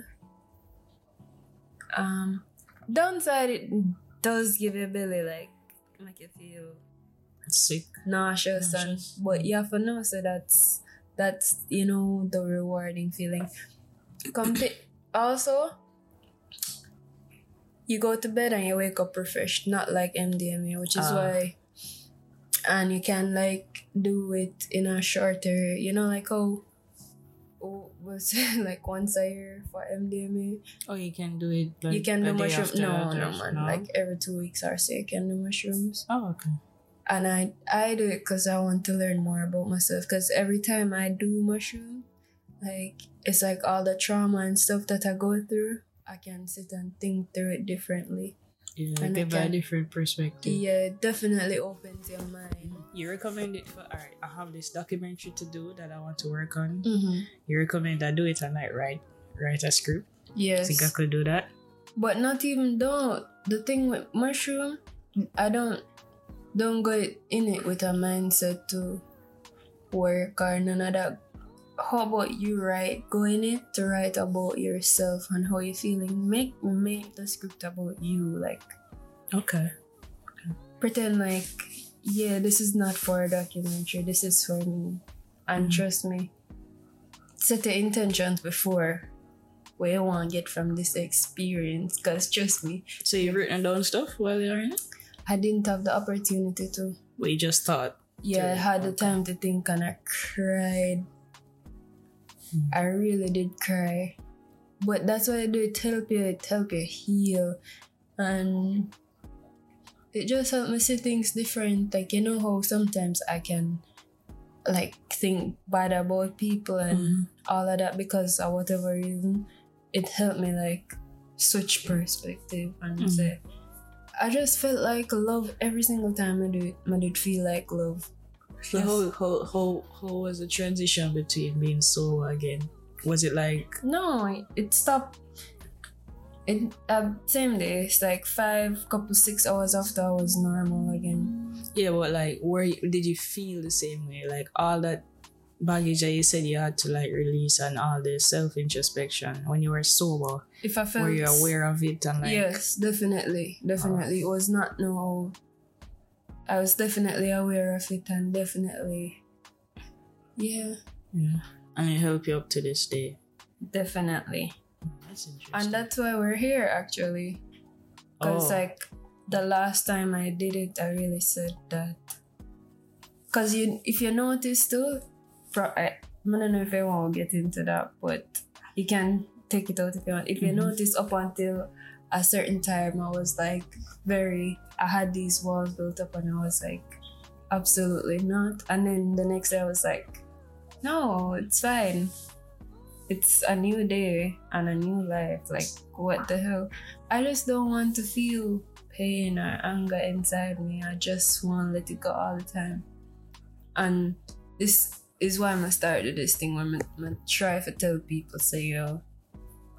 [SPEAKER 2] um downside it does give your belly like make you feel
[SPEAKER 1] sick.
[SPEAKER 2] nauseous,
[SPEAKER 1] Nauseous.
[SPEAKER 2] and but you have to know so that's that's you know the rewarding feeling Compa- also you go to bed and you wake up refreshed not like mdma which is
[SPEAKER 1] Ah.
[SPEAKER 2] why and you can like do it in a shorter you know like oh oh, was like once a year for mdma
[SPEAKER 1] Oh, you can do it. Like,
[SPEAKER 2] you can
[SPEAKER 1] a
[SPEAKER 2] do
[SPEAKER 1] day
[SPEAKER 2] mushrooms
[SPEAKER 1] after
[SPEAKER 2] no
[SPEAKER 1] that
[SPEAKER 2] no
[SPEAKER 1] or-
[SPEAKER 2] man like every two weeks or so you can do mushrooms
[SPEAKER 1] Oh, okay.
[SPEAKER 2] and I I do it because I want to learn more about myself. Because every time I do mushroom, like it's like all the trauma and stuff that I go through, I can sit and think through it differently.
[SPEAKER 1] Yeah,
[SPEAKER 2] And I
[SPEAKER 1] give a
[SPEAKER 2] can-
[SPEAKER 1] different perspective.
[SPEAKER 2] Yeah, it definitely opens your mind.
[SPEAKER 1] You recommend it for alright. I have this documentary to do that I want to work on.
[SPEAKER 2] Mm-hmm.
[SPEAKER 1] You recommend I do it and I write write a script.
[SPEAKER 2] Yes,
[SPEAKER 1] Think I could do that?
[SPEAKER 2] but not even though the thing with mushroom, I don't don't go in it with a mindset to work or none of that. How about you write? Go in it to write about yourself and how you're feeling. Make make the script about you. Like
[SPEAKER 1] Okay.
[SPEAKER 2] pretend like yeah, this is not for a documentary. This is for me. And
[SPEAKER 1] Mhm.
[SPEAKER 2] trust me, set the intentions before what you want to get from this experience. Because trust me,
[SPEAKER 1] So you've written down stuff while you're in it?
[SPEAKER 2] I didn't have the opportunity to.
[SPEAKER 1] Well, you just thought.
[SPEAKER 2] Yeah, I
[SPEAKER 1] Dude,
[SPEAKER 2] had the
[SPEAKER 1] okay.
[SPEAKER 2] time to think and I cried.
[SPEAKER 1] Mm.
[SPEAKER 2] I really did cry. But that's why I do it help you, it help you heal. And it just helped me see things different. Like you know how sometimes I can like think bad about people and
[SPEAKER 1] Mm-hmm.
[SPEAKER 2] all of that because of whatever reason, it helped me like switch perspective and
[SPEAKER 1] Mhm.
[SPEAKER 2] say, I just felt like love every single time I do it. I did feel like love.
[SPEAKER 1] So how, how, how, how was the transition between being solo again? Was it like
[SPEAKER 2] No, it- it stopped. It uh, same day. It's like five, couple six hours after I was normal again.
[SPEAKER 1] Yeah, but like, were you, did you feel the same way? Like all that baggage that you said you had to like release and all the self introspection when you were sober,
[SPEAKER 2] If I felt
[SPEAKER 1] were you aware of it and like? Oh.
[SPEAKER 2] yes, definitely, definitely. It was not no. I was definitely aware of it and definitely. Yeah,
[SPEAKER 1] Yeah. And it helped you up to this day.
[SPEAKER 2] definitely.
[SPEAKER 1] That's interesting.
[SPEAKER 2] and that's why we're here actually because
[SPEAKER 1] Oh.
[SPEAKER 2] like the last time i did it i really said that because you if you notice too pro- I, I don't know if I want to get into that but you can take it out if you want if you
[SPEAKER 1] Mhm.
[SPEAKER 2] notice up until a certain time i was like very i had these walls built up and i was like absolutely not and then the next day i was like no it's fine it's a new day and a new life. Like, what the hell? I just don't want to feel pain or anger inside me. I just want to let it go all the time. And this is why I started this thing where I try to tell people, say, yo,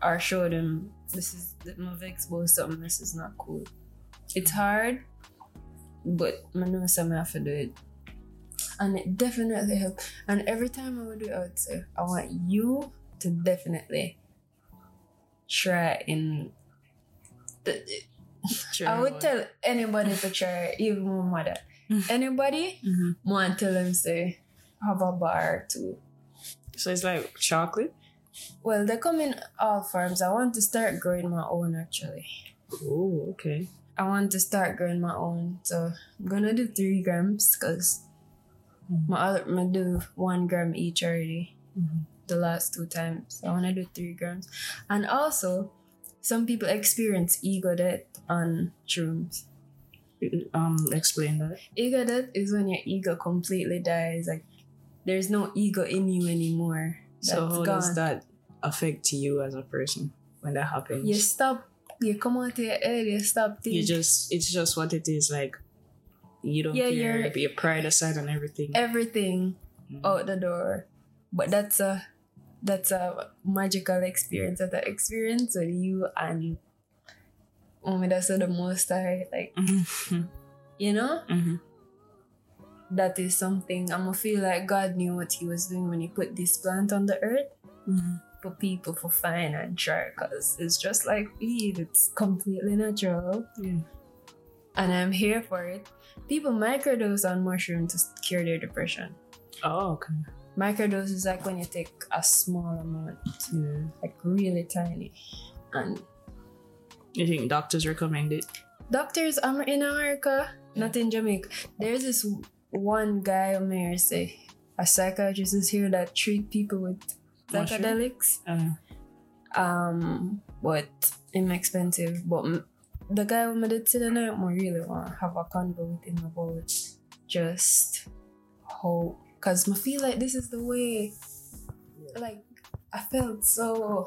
[SPEAKER 2] or show them this is that I've exposed something, this is not cool. It's hard, but I know something I have to do it. And it definitely helped. And every time I would do it, I would say, I want you to definitely try in the,
[SPEAKER 1] Sure
[SPEAKER 2] I would
[SPEAKER 1] was.
[SPEAKER 2] tell anybody to try even my mother anybody
[SPEAKER 1] Mhm.
[SPEAKER 2] want tell them say have a bar too
[SPEAKER 1] So it's like chocolate.
[SPEAKER 2] well they come in all forms I want to start growing my own actually
[SPEAKER 1] Oh, okay.
[SPEAKER 2] I want to start growing my own so I'm gonna do three grams because
[SPEAKER 1] Hmm.
[SPEAKER 2] my other my do one gram each already
[SPEAKER 1] Mhm.
[SPEAKER 2] the last two times. I want to do three grams. And also, some people experience ego death on shrooms.
[SPEAKER 1] Um, explain that.
[SPEAKER 2] Ego death is when your ego completely dies. Like, there's no ego in you anymore. That's
[SPEAKER 1] so how
[SPEAKER 2] gone.
[SPEAKER 1] does that affect you as a person when that happens?
[SPEAKER 2] You stop. You come out of your head. You stop thinking.
[SPEAKER 1] you just it's just what it is like. You don't
[SPEAKER 2] Yeah,
[SPEAKER 1] care.
[SPEAKER 2] you're- oh.
[SPEAKER 1] but you pride aside and everything.
[SPEAKER 2] everything
[SPEAKER 1] Mhm.
[SPEAKER 2] out the door. But that's a that's a magical experience. That's an experience with you and. Oh, that's the most I like.
[SPEAKER 1] Mhm.
[SPEAKER 2] You know.
[SPEAKER 1] Mhm.
[SPEAKER 2] that is something I'm gonna feel like God knew what He was doing when He put this plant on the earth
[SPEAKER 1] Mm-hmm.
[SPEAKER 2] for people for fine and sure because it's just like weed, it's completely natural,
[SPEAKER 1] Yeah.
[SPEAKER 2] and I'm here for it. People microdose on mushroom to cure their depression.
[SPEAKER 1] Oh, okay.
[SPEAKER 2] Microdose is like when you take a small amount,
[SPEAKER 1] Yeah.
[SPEAKER 2] like really tiny, and
[SPEAKER 1] You think doctors recommend it?
[SPEAKER 2] doctors I'm in America, not in Jamaica. There's this one guy on here say a psychiatrist is here that treat people with
[SPEAKER 1] Mushroom?
[SPEAKER 2] psychedelics.
[SPEAKER 1] Uh,
[SPEAKER 2] Um, but him expensive. But m- the guy who made it to the night, I really want to have a convo with him about just how, cause I feel like this is the way. Like I felt so.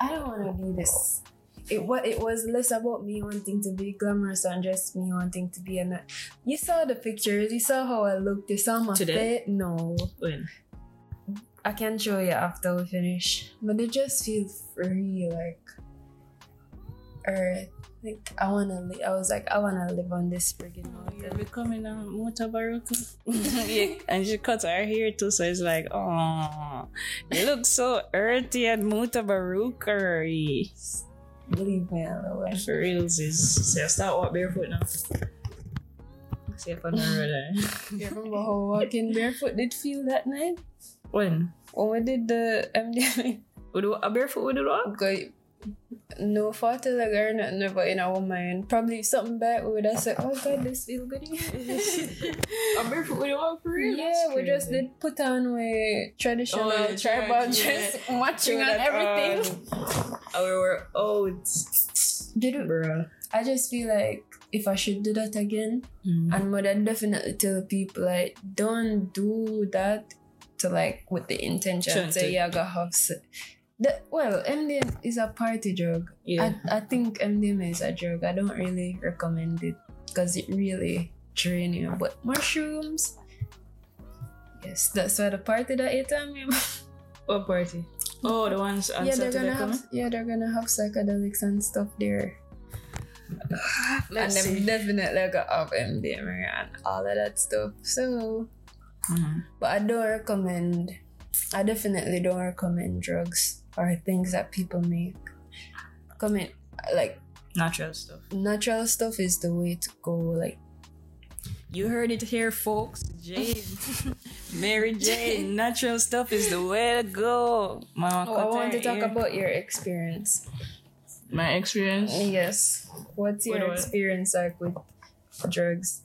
[SPEAKER 2] I don't want to be this. It what it was less about me wanting to be glamorous and just me wanting to be a. nut. You saw the pictures. You saw how I looked. You saw my
[SPEAKER 1] Today?
[SPEAKER 2] face. No.
[SPEAKER 1] when?
[SPEAKER 2] I can show you after we finish. But it just feels free, like earth. Like I wanna live. I was like, I wanna live on this friggin'
[SPEAKER 1] You're
[SPEAKER 2] mountain.
[SPEAKER 1] becoming a motobaraka. yeah, and she cut her hair too, so it's like, oh, you look so earthy and motobarukery.
[SPEAKER 2] Leave me alone.
[SPEAKER 1] For reals, is so start walk barefoot now. Safe on the road. eh?
[SPEAKER 2] You remember how walking barefoot did feel that night?
[SPEAKER 1] When?
[SPEAKER 2] When we did the MDMA?
[SPEAKER 1] Would you, a barefoot would you walk?
[SPEAKER 2] Because no fatal like or nothing, but in our mind, probably something bad we would have said, oh god, this feel good.
[SPEAKER 1] A barefoot would you walk for real?
[SPEAKER 2] yeah,
[SPEAKER 1] That's
[SPEAKER 2] we just
[SPEAKER 1] crazy.
[SPEAKER 2] did put on we traditional
[SPEAKER 1] Oh, yeah,
[SPEAKER 2] tribal
[SPEAKER 1] tri-
[SPEAKER 2] dress,
[SPEAKER 1] So
[SPEAKER 2] matching on
[SPEAKER 1] that,
[SPEAKER 2] everything.
[SPEAKER 1] um, I were old,
[SPEAKER 2] Did it-
[SPEAKER 1] bruh.
[SPEAKER 2] I just feel like if I should do that again, and mother definitely tell people like don't do that to like with the intention
[SPEAKER 1] Sure,
[SPEAKER 2] to
[SPEAKER 1] to-
[SPEAKER 2] yeah go have se- the, well MDMA is a party drug.
[SPEAKER 1] Yeah.
[SPEAKER 2] I, I think MDMA is a drug. I don't really recommend it because it really drain you. But mushrooms, yes, that's why the party that ate time.
[SPEAKER 1] What party? Oh, the ones on
[SPEAKER 2] yeah, they're
[SPEAKER 1] Saturday
[SPEAKER 2] gonna have yeah they're gonna have psychedelics and stuff there.
[SPEAKER 1] Let's
[SPEAKER 2] and
[SPEAKER 1] see.
[SPEAKER 2] them definitely gonna have MDMA and all of that stuff. So
[SPEAKER 1] Mhm.
[SPEAKER 2] But I don't recommend, I definitely don't recommend drugs or things that people make. Comment, like,
[SPEAKER 1] Natural stuff.
[SPEAKER 2] natural stuff is the way to go. Like,
[SPEAKER 1] You heard it here, folks. Jane, Mary Jane, natural stuff is the way to go. My
[SPEAKER 2] oh, I want to
[SPEAKER 1] content
[SPEAKER 2] talk
[SPEAKER 1] here.
[SPEAKER 2] about your experience.
[SPEAKER 1] my experience.
[SPEAKER 2] Yes. What's
[SPEAKER 1] What
[SPEAKER 2] your
[SPEAKER 1] do I-
[SPEAKER 2] experience like with drugs?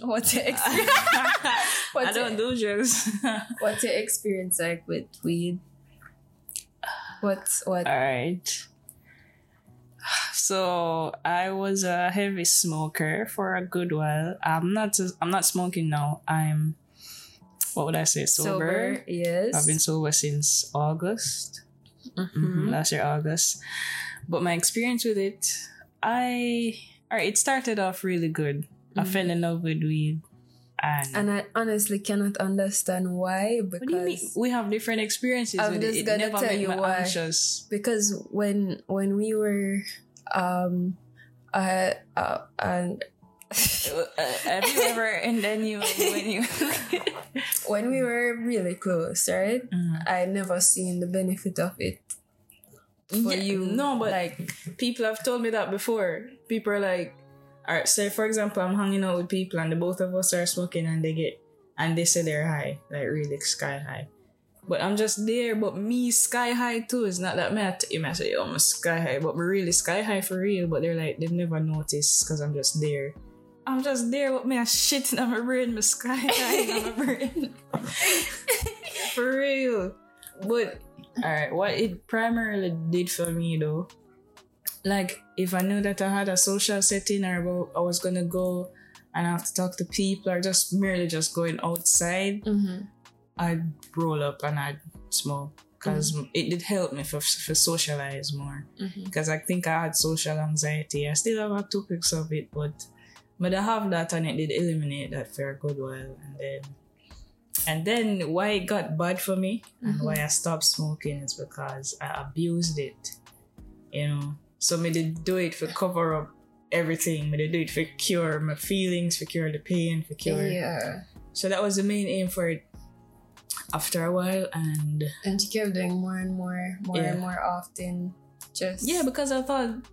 [SPEAKER 2] what's your experience?
[SPEAKER 1] I
[SPEAKER 2] What's
[SPEAKER 1] don't
[SPEAKER 2] it?
[SPEAKER 1] do drugs.
[SPEAKER 2] What's your experience like with weed? What's what?
[SPEAKER 1] All right. So I was a heavy smoker for a good while. I'm not. I'm not smoking now. I'm. What would I say? Sober.
[SPEAKER 2] Yes.
[SPEAKER 1] I've been sober since August. Mhm,
[SPEAKER 2] Mhm.
[SPEAKER 1] last year August. But my experience with it, I all right, it started off really good. Mm-hmm. I
[SPEAKER 2] Mhm.
[SPEAKER 1] fell in love with weed, and,
[SPEAKER 2] And I honestly cannot understand why
[SPEAKER 1] what do you mean?
[SPEAKER 2] because
[SPEAKER 1] We have different experiences.
[SPEAKER 2] I'm
[SPEAKER 1] with
[SPEAKER 2] just
[SPEAKER 1] it. it
[SPEAKER 2] gonna
[SPEAKER 1] never
[SPEAKER 2] tell
[SPEAKER 1] made
[SPEAKER 2] you
[SPEAKER 1] me
[SPEAKER 2] why.
[SPEAKER 1] anxious.
[SPEAKER 2] because when when we were um uh, uh and
[SPEAKER 1] Uh, Have you ever? And then you when you.
[SPEAKER 2] when we were really close, right?
[SPEAKER 1] Mm.
[SPEAKER 2] I never seen the benefit of it for
[SPEAKER 1] Yeah,
[SPEAKER 2] you.
[SPEAKER 1] no, but-
[SPEAKER 2] like
[SPEAKER 1] People have told me that before. People are like, all right, say for example, I'm hanging out with people and the both of us are smoking and they get and they say they're high, like really sky high. But I'm just there, but me sky high too. It's not that mad. You might say, oh, I'm sky high, but we're really sky high for real. But they're like, they've never noticed because I'm just there. I'm just there with me, I'm shitting on my brain, my sky high on my brain. for real. But, alright, what it primarily did for me though, like if I knew that I had a social setting or about- I was gonna go and I have to talk to people or just merely just going outside,
[SPEAKER 2] mhm.
[SPEAKER 1] I'd roll up and I'd smoke because it did help me for, for socialize more.
[SPEAKER 2] Mhm.
[SPEAKER 1] Because I think I had social anxiety. I still have a topics of it, but but I have that and it did eliminate that for a good while. And then and then why it got bad for me and
[SPEAKER 2] Mhm.
[SPEAKER 1] why I stopped smoking is because I abused it. You know, so me did do it for cover up everything. Me did do it for cure my feelings, for cure the pain, for cure.
[SPEAKER 2] yeah.
[SPEAKER 1] So that was the main aim for it. After a while, and
[SPEAKER 2] And she kept doing more and more, more
[SPEAKER 1] Yeah.
[SPEAKER 2] and more often. Just
[SPEAKER 1] yeah, because I thought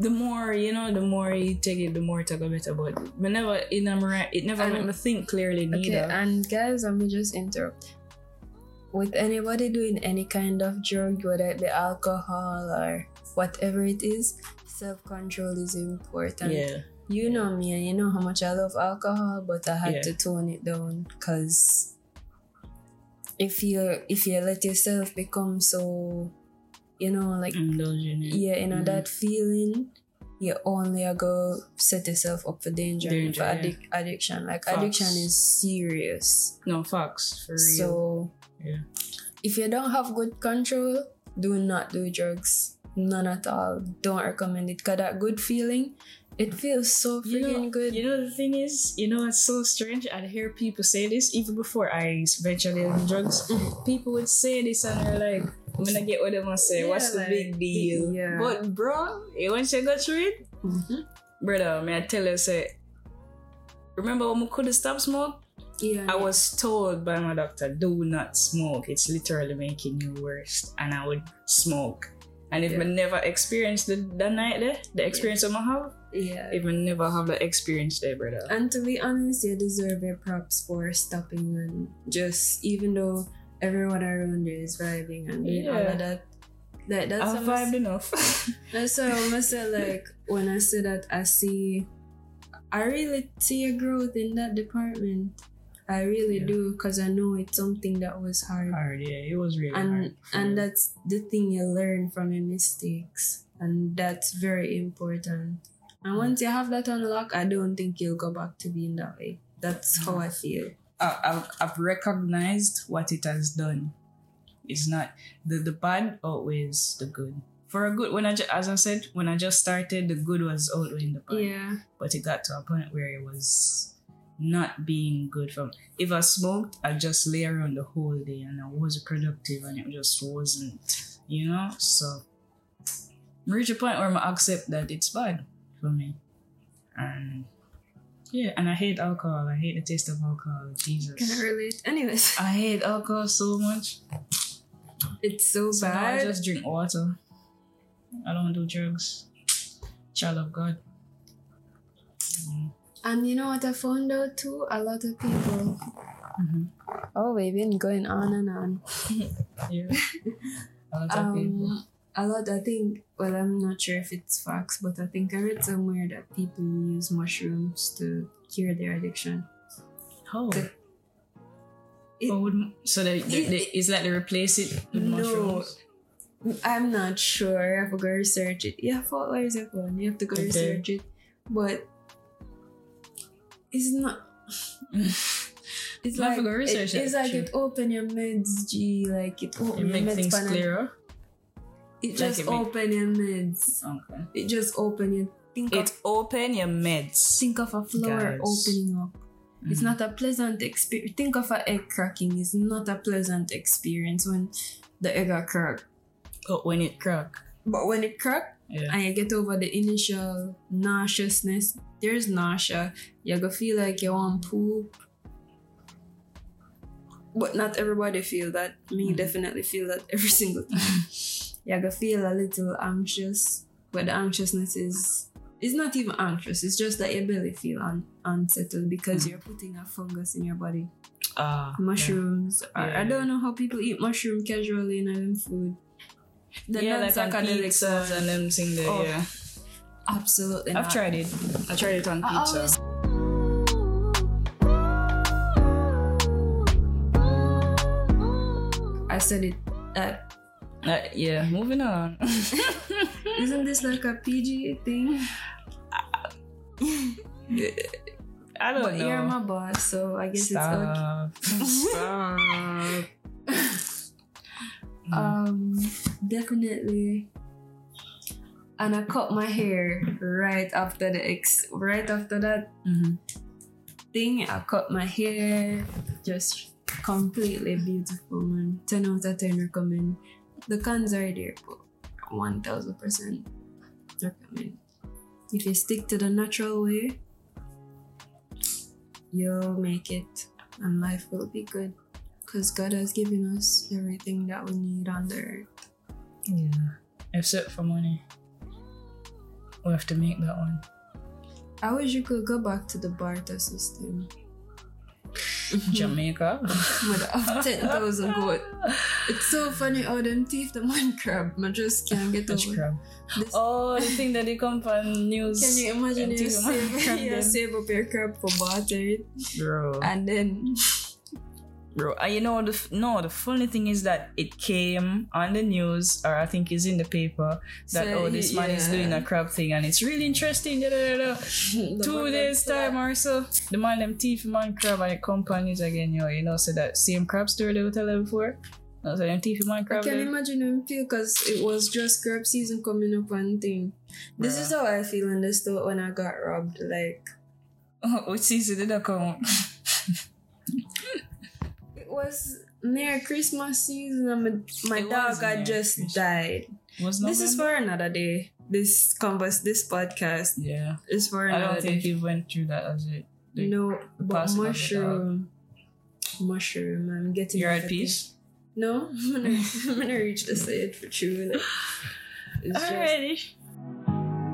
[SPEAKER 1] the more you know, the more you take it, the more it got better. But me never, it never, it never
[SPEAKER 2] And-
[SPEAKER 1] made me think clearly
[SPEAKER 2] Okay,
[SPEAKER 1] neither.
[SPEAKER 2] and guys, let me just interrupt. With anybody doing any kind of drug, whether it be alcohol or whatever it is, self control is important.
[SPEAKER 1] yeah,
[SPEAKER 2] You know me and you know how much I love alcohol, but I had
[SPEAKER 1] Yeah.
[SPEAKER 2] to tone it down because if you if you let yourself become so you know, like
[SPEAKER 1] indulging in
[SPEAKER 2] yeah, you know
[SPEAKER 1] Mhm.
[SPEAKER 2] that feeling. You only a go set yourself up for danger, and
[SPEAKER 1] Danger,
[SPEAKER 2] for
[SPEAKER 1] yeah.
[SPEAKER 2] addic- addiction. Like
[SPEAKER 1] Facts.
[SPEAKER 2] addiction is serious.
[SPEAKER 1] no facts for real.
[SPEAKER 2] So
[SPEAKER 1] Yeah.
[SPEAKER 2] if you don't have good control, do not do drugs. None at all. Don't recommend it. Cause that good feeling, it feels so
[SPEAKER 1] You
[SPEAKER 2] freaking
[SPEAKER 1] know,
[SPEAKER 2] good.
[SPEAKER 1] You know the thing is, you know it's so strange. I'd hear people say this even before I ventured into drugs. People would say this and they're like, "I'm gonna get what they want to say. What's
[SPEAKER 2] Yeah,
[SPEAKER 1] the big
[SPEAKER 2] like,
[SPEAKER 1] deal?"
[SPEAKER 2] yeah.
[SPEAKER 1] But bro, eh, once you go through it, brother, may I tell you, say, remember when we couldn't stop smoke?
[SPEAKER 2] Yeah.
[SPEAKER 1] I was told by my doctor, do not smoke. It's literally making you worse. And I would smoke. And if
[SPEAKER 2] Yeah.
[SPEAKER 1] I never experience the, that night there, the experience I'm have,
[SPEAKER 2] Yeah.
[SPEAKER 1] if I never have the experience there, brother.
[SPEAKER 2] And to be honest, you deserve your props for stopping and just even though everyone around you is vibing and doing all
[SPEAKER 1] Yeah.
[SPEAKER 2] of that. Like that's almost-
[SPEAKER 1] I've vibed enough.
[SPEAKER 2] That's why I almost said like when I said that I see I really see a growth in that department. I really
[SPEAKER 1] Yeah.
[SPEAKER 2] do because I know it's something that was hard.
[SPEAKER 1] hard, yeah. It was really
[SPEAKER 2] And
[SPEAKER 1] hard. for
[SPEAKER 2] and
[SPEAKER 1] real.
[SPEAKER 2] that's the thing you learn from your mistakes. And that's very important. And
[SPEAKER 1] Mm.
[SPEAKER 2] once you have that unlocked, I don't think you'll go back to being that way. That's how I feel.
[SPEAKER 1] I- I've, I've recognized what it has done. It's not the, the bad outweighs the good. For a good, when I ju- as I said, when I just started, the good was outweighing the bad.
[SPEAKER 2] Yeah.
[SPEAKER 1] But it got to a point where it was not being good. From if I smoked, I just lay around the whole day and I wasn't productive, and it just wasn't, you know. So I reached a point where I accept that it's bad for me, and yeah, and I hate alcohol. I hate the taste of alcohol. Jesus.
[SPEAKER 2] Can I relate? Anyways,
[SPEAKER 1] I hate alcohol so much.
[SPEAKER 2] it's so,
[SPEAKER 1] So now I
[SPEAKER 2] bad.
[SPEAKER 1] just drink water. I don't do drugs. Child of God.
[SPEAKER 2] and you know what I found out too? A lot of people.
[SPEAKER 1] Mhm.
[SPEAKER 2] Oh, we've been going on and on.
[SPEAKER 1] Yeah. A lot of people.
[SPEAKER 2] Um, a lot, I think, well, I'm not sure if it's facts, but I think I read somewhere that people use mushrooms to cure their addiction.
[SPEAKER 1] Oh.
[SPEAKER 2] the- it-
[SPEAKER 1] Oh, would- so they, they,
[SPEAKER 2] it-
[SPEAKER 1] they, is that they replace it with
[SPEAKER 2] No.
[SPEAKER 1] mushrooms?
[SPEAKER 2] I'm not sure. I have to go research it. Yeah, for, where is it going? You have to go
[SPEAKER 1] Okay.
[SPEAKER 2] research it. But it's not. It's
[SPEAKER 1] I have
[SPEAKER 2] like,
[SPEAKER 1] to go
[SPEAKER 2] it-
[SPEAKER 1] research
[SPEAKER 2] it's
[SPEAKER 1] that
[SPEAKER 2] like
[SPEAKER 1] shit.
[SPEAKER 2] it open your meds, G. Like it
[SPEAKER 1] it
[SPEAKER 2] open your
[SPEAKER 1] makes
[SPEAKER 2] meds.
[SPEAKER 1] things
[SPEAKER 2] pan-
[SPEAKER 1] clearer.
[SPEAKER 2] It
[SPEAKER 1] like
[SPEAKER 2] just
[SPEAKER 1] it make-
[SPEAKER 2] open your meds.
[SPEAKER 1] Okay.
[SPEAKER 2] It just open your think of
[SPEAKER 1] It open your meds.
[SPEAKER 2] think of a flower
[SPEAKER 1] Guys.
[SPEAKER 2] opening up. It's
[SPEAKER 1] Mhm.
[SPEAKER 2] not a pleasant experience. Think of an egg cracking. It's not a pleasant experience when the egg are cracked.
[SPEAKER 1] But when it crack.
[SPEAKER 2] But when it crack
[SPEAKER 1] Yeah.
[SPEAKER 2] and you get over the initial nauseousness, there's nausea. You go feel like you want poop. But not everybody feel that. Me
[SPEAKER 1] Mhm.
[SPEAKER 2] definitely feel that every single time. you go feel a little anxious, but the anxiousness is it's not even anxious. It's just that your belly feel un- unsettled because
[SPEAKER 1] Mhm.
[SPEAKER 2] you're putting a fungus in your body
[SPEAKER 1] Ah, yeah.
[SPEAKER 2] mushrooms. I- I,
[SPEAKER 1] Yeah.
[SPEAKER 2] don't know how people eat mushroom casually in them food. The
[SPEAKER 1] yeah, like on
[SPEAKER 2] non-psychedelics
[SPEAKER 1] pizzas
[SPEAKER 2] are
[SPEAKER 1] and them thing there,
[SPEAKER 2] Oh,
[SPEAKER 1] yeah.
[SPEAKER 2] absolutely.
[SPEAKER 1] I've
[SPEAKER 2] not.
[SPEAKER 1] tried it. I tried it on
[SPEAKER 2] I
[SPEAKER 1] pizza.
[SPEAKER 2] always- I said it. Uh,
[SPEAKER 1] Uh, yeah, moving on.
[SPEAKER 2] isn't this like a PG thing?
[SPEAKER 1] I don't
[SPEAKER 2] but
[SPEAKER 1] know.
[SPEAKER 2] you're my boss, so I guess
[SPEAKER 1] Stop. Stop.
[SPEAKER 2] it's okay.
[SPEAKER 1] Mm-hmm.
[SPEAKER 2] Um, definitely. And I cut my hair right after the ex. Right after that
[SPEAKER 1] Mhm.
[SPEAKER 2] thing, I cut my hair. Just completely beautiful, man. Ten out of ten recommend. The cons are there, but one thousand percent recommend. If you stick to the natural way, you'll make it, and life will be good. Cause God has given us everything that we need on the earth.
[SPEAKER 1] Yeah. Except for money. We have to make that one.
[SPEAKER 2] I wish you could go back to the barter system.
[SPEAKER 1] Mm-hmm. Jamaica.
[SPEAKER 2] With a 10,000 goat. It's so funny how them thief the man crab. I just can't get
[SPEAKER 1] Which
[SPEAKER 2] over
[SPEAKER 1] crab?
[SPEAKER 2] this.
[SPEAKER 1] Oh, the thing that they come from news.
[SPEAKER 2] Can you imagine you
[SPEAKER 1] Empty the man crab
[SPEAKER 2] save, you
[SPEAKER 1] then.
[SPEAKER 2] save up your crab for barter it
[SPEAKER 1] Bro.
[SPEAKER 2] and then
[SPEAKER 1] Bro, and you know the f- no. The funny thing is that it came on the news, or I think is in the paper, that
[SPEAKER 2] So,
[SPEAKER 1] oh this man is
[SPEAKER 2] yeah.
[SPEAKER 1] doing a crab thing, and it's really interesting. Da, da, da, da.
[SPEAKER 2] The
[SPEAKER 1] Two
[SPEAKER 2] bottom
[SPEAKER 1] days
[SPEAKER 2] crab.
[SPEAKER 1] time or so, the man them thief man crab and the companies again, yo. You know, so that same crab story they were telling before. No, so them thief
[SPEAKER 2] I
[SPEAKER 1] man crab.
[SPEAKER 2] can
[SPEAKER 1] them-
[SPEAKER 2] imagine them feel because it was just crab season coming up and thing. This
[SPEAKER 1] Bruh.
[SPEAKER 2] is how I feel in the store when I got robbed. Like
[SPEAKER 1] Which season did that come? out?
[SPEAKER 2] it was near Christmas season and my, my
[SPEAKER 1] It was
[SPEAKER 2] dog
[SPEAKER 1] near
[SPEAKER 2] had just
[SPEAKER 1] Christmas.
[SPEAKER 2] died.
[SPEAKER 1] Was
[SPEAKER 2] This is
[SPEAKER 1] November?
[SPEAKER 2] for another day. This converse, this podcast
[SPEAKER 1] yeah.
[SPEAKER 2] is for
[SPEAKER 1] I
[SPEAKER 2] another
[SPEAKER 1] don't think
[SPEAKER 2] day.
[SPEAKER 1] you went through that as it. the-
[SPEAKER 2] no, but
[SPEAKER 1] passing of the
[SPEAKER 2] mushroom, mushroom. I'm getting.
[SPEAKER 1] You're
[SPEAKER 2] off the
[SPEAKER 1] at peace.
[SPEAKER 2] thing. No, I'm gonna, I'm gonna reach the side for true. Like, It's just-
[SPEAKER 1] Alrighty.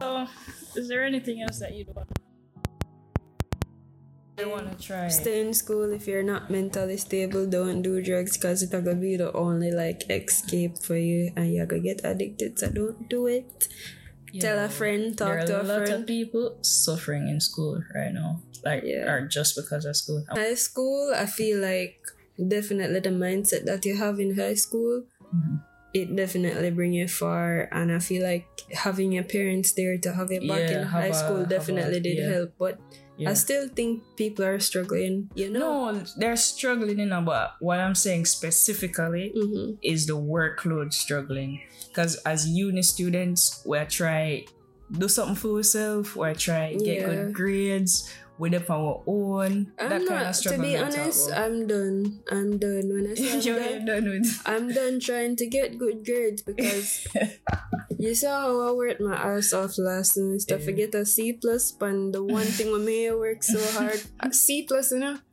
[SPEAKER 1] So, is there anything else that you'd want? I want to try.
[SPEAKER 2] Stay in school if you're not mentally stable. Don't do drugs because it's gonna be the only like escape for you, and you're gonna get addicted. So don't do it.
[SPEAKER 1] You
[SPEAKER 2] Tell
[SPEAKER 1] know,
[SPEAKER 2] a friend.
[SPEAKER 1] There are
[SPEAKER 2] Talk to
[SPEAKER 1] a
[SPEAKER 2] a
[SPEAKER 1] lot of
[SPEAKER 2] friend.
[SPEAKER 1] people suffering in school right now, like,
[SPEAKER 2] Yeah.
[SPEAKER 1] or just because of school.
[SPEAKER 2] High school, I feel like definitely the mindset that you have in high school,
[SPEAKER 1] Mhm.
[SPEAKER 2] it definitely bring you far. And I feel like having your parents there to have your back in
[SPEAKER 1] Yeah, have
[SPEAKER 2] high
[SPEAKER 1] a-
[SPEAKER 2] school
[SPEAKER 1] have a-
[SPEAKER 2] definitely did
[SPEAKER 1] yeah.
[SPEAKER 2] help. But
[SPEAKER 1] Yeah.
[SPEAKER 2] I still think people are struggling. You know.
[SPEAKER 1] no, they're struggling, you know, but what I'm saying specifically
[SPEAKER 2] Mm-hmm.
[SPEAKER 1] is the workload struggling because as uni students we try do something for yourself or try get
[SPEAKER 2] Yeah.
[SPEAKER 1] good grades we up on our own
[SPEAKER 2] I'm
[SPEAKER 1] kinda
[SPEAKER 2] not. To be
[SPEAKER 1] I'm talking
[SPEAKER 2] honest,
[SPEAKER 1] about.
[SPEAKER 2] I'm done. I'm done. When I say
[SPEAKER 1] You're
[SPEAKER 2] I'm done,
[SPEAKER 1] done with
[SPEAKER 2] I'm done trying to get good grades because you saw how I worked my ass off last semester.
[SPEAKER 1] Yeah.
[SPEAKER 2] Forget a C plus, but the one thing we made you work so hard. A C plus, you know.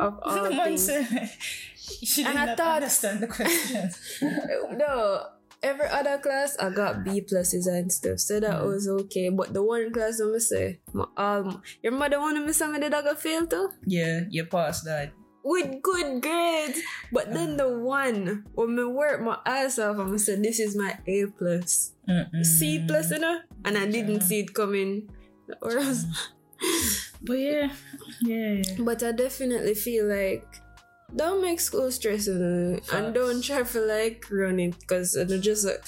[SPEAKER 2] Of all
[SPEAKER 1] Man
[SPEAKER 2] things.
[SPEAKER 1] said- she did
[SPEAKER 2] And I
[SPEAKER 1] not
[SPEAKER 2] thought-
[SPEAKER 1] understand the question
[SPEAKER 2] No, every other class I got B pluses and stuff, so that
[SPEAKER 1] Mhm.
[SPEAKER 2] was okay. But the one class I'm say, my um, your mother wanted me something that I got failed to.
[SPEAKER 1] yeah you passed that
[SPEAKER 2] with good grades. But then the one when I work my ass off, I'm say this is my A plus,
[SPEAKER 1] Mm-mm.
[SPEAKER 2] C plus, you know, and I didn't see it coming. Or else,
[SPEAKER 1] but yeah yeah
[SPEAKER 2] but I definitely feel like don't make school stressful and
[SPEAKER 1] Facts.
[SPEAKER 2] don't try for like run it because it's just uh,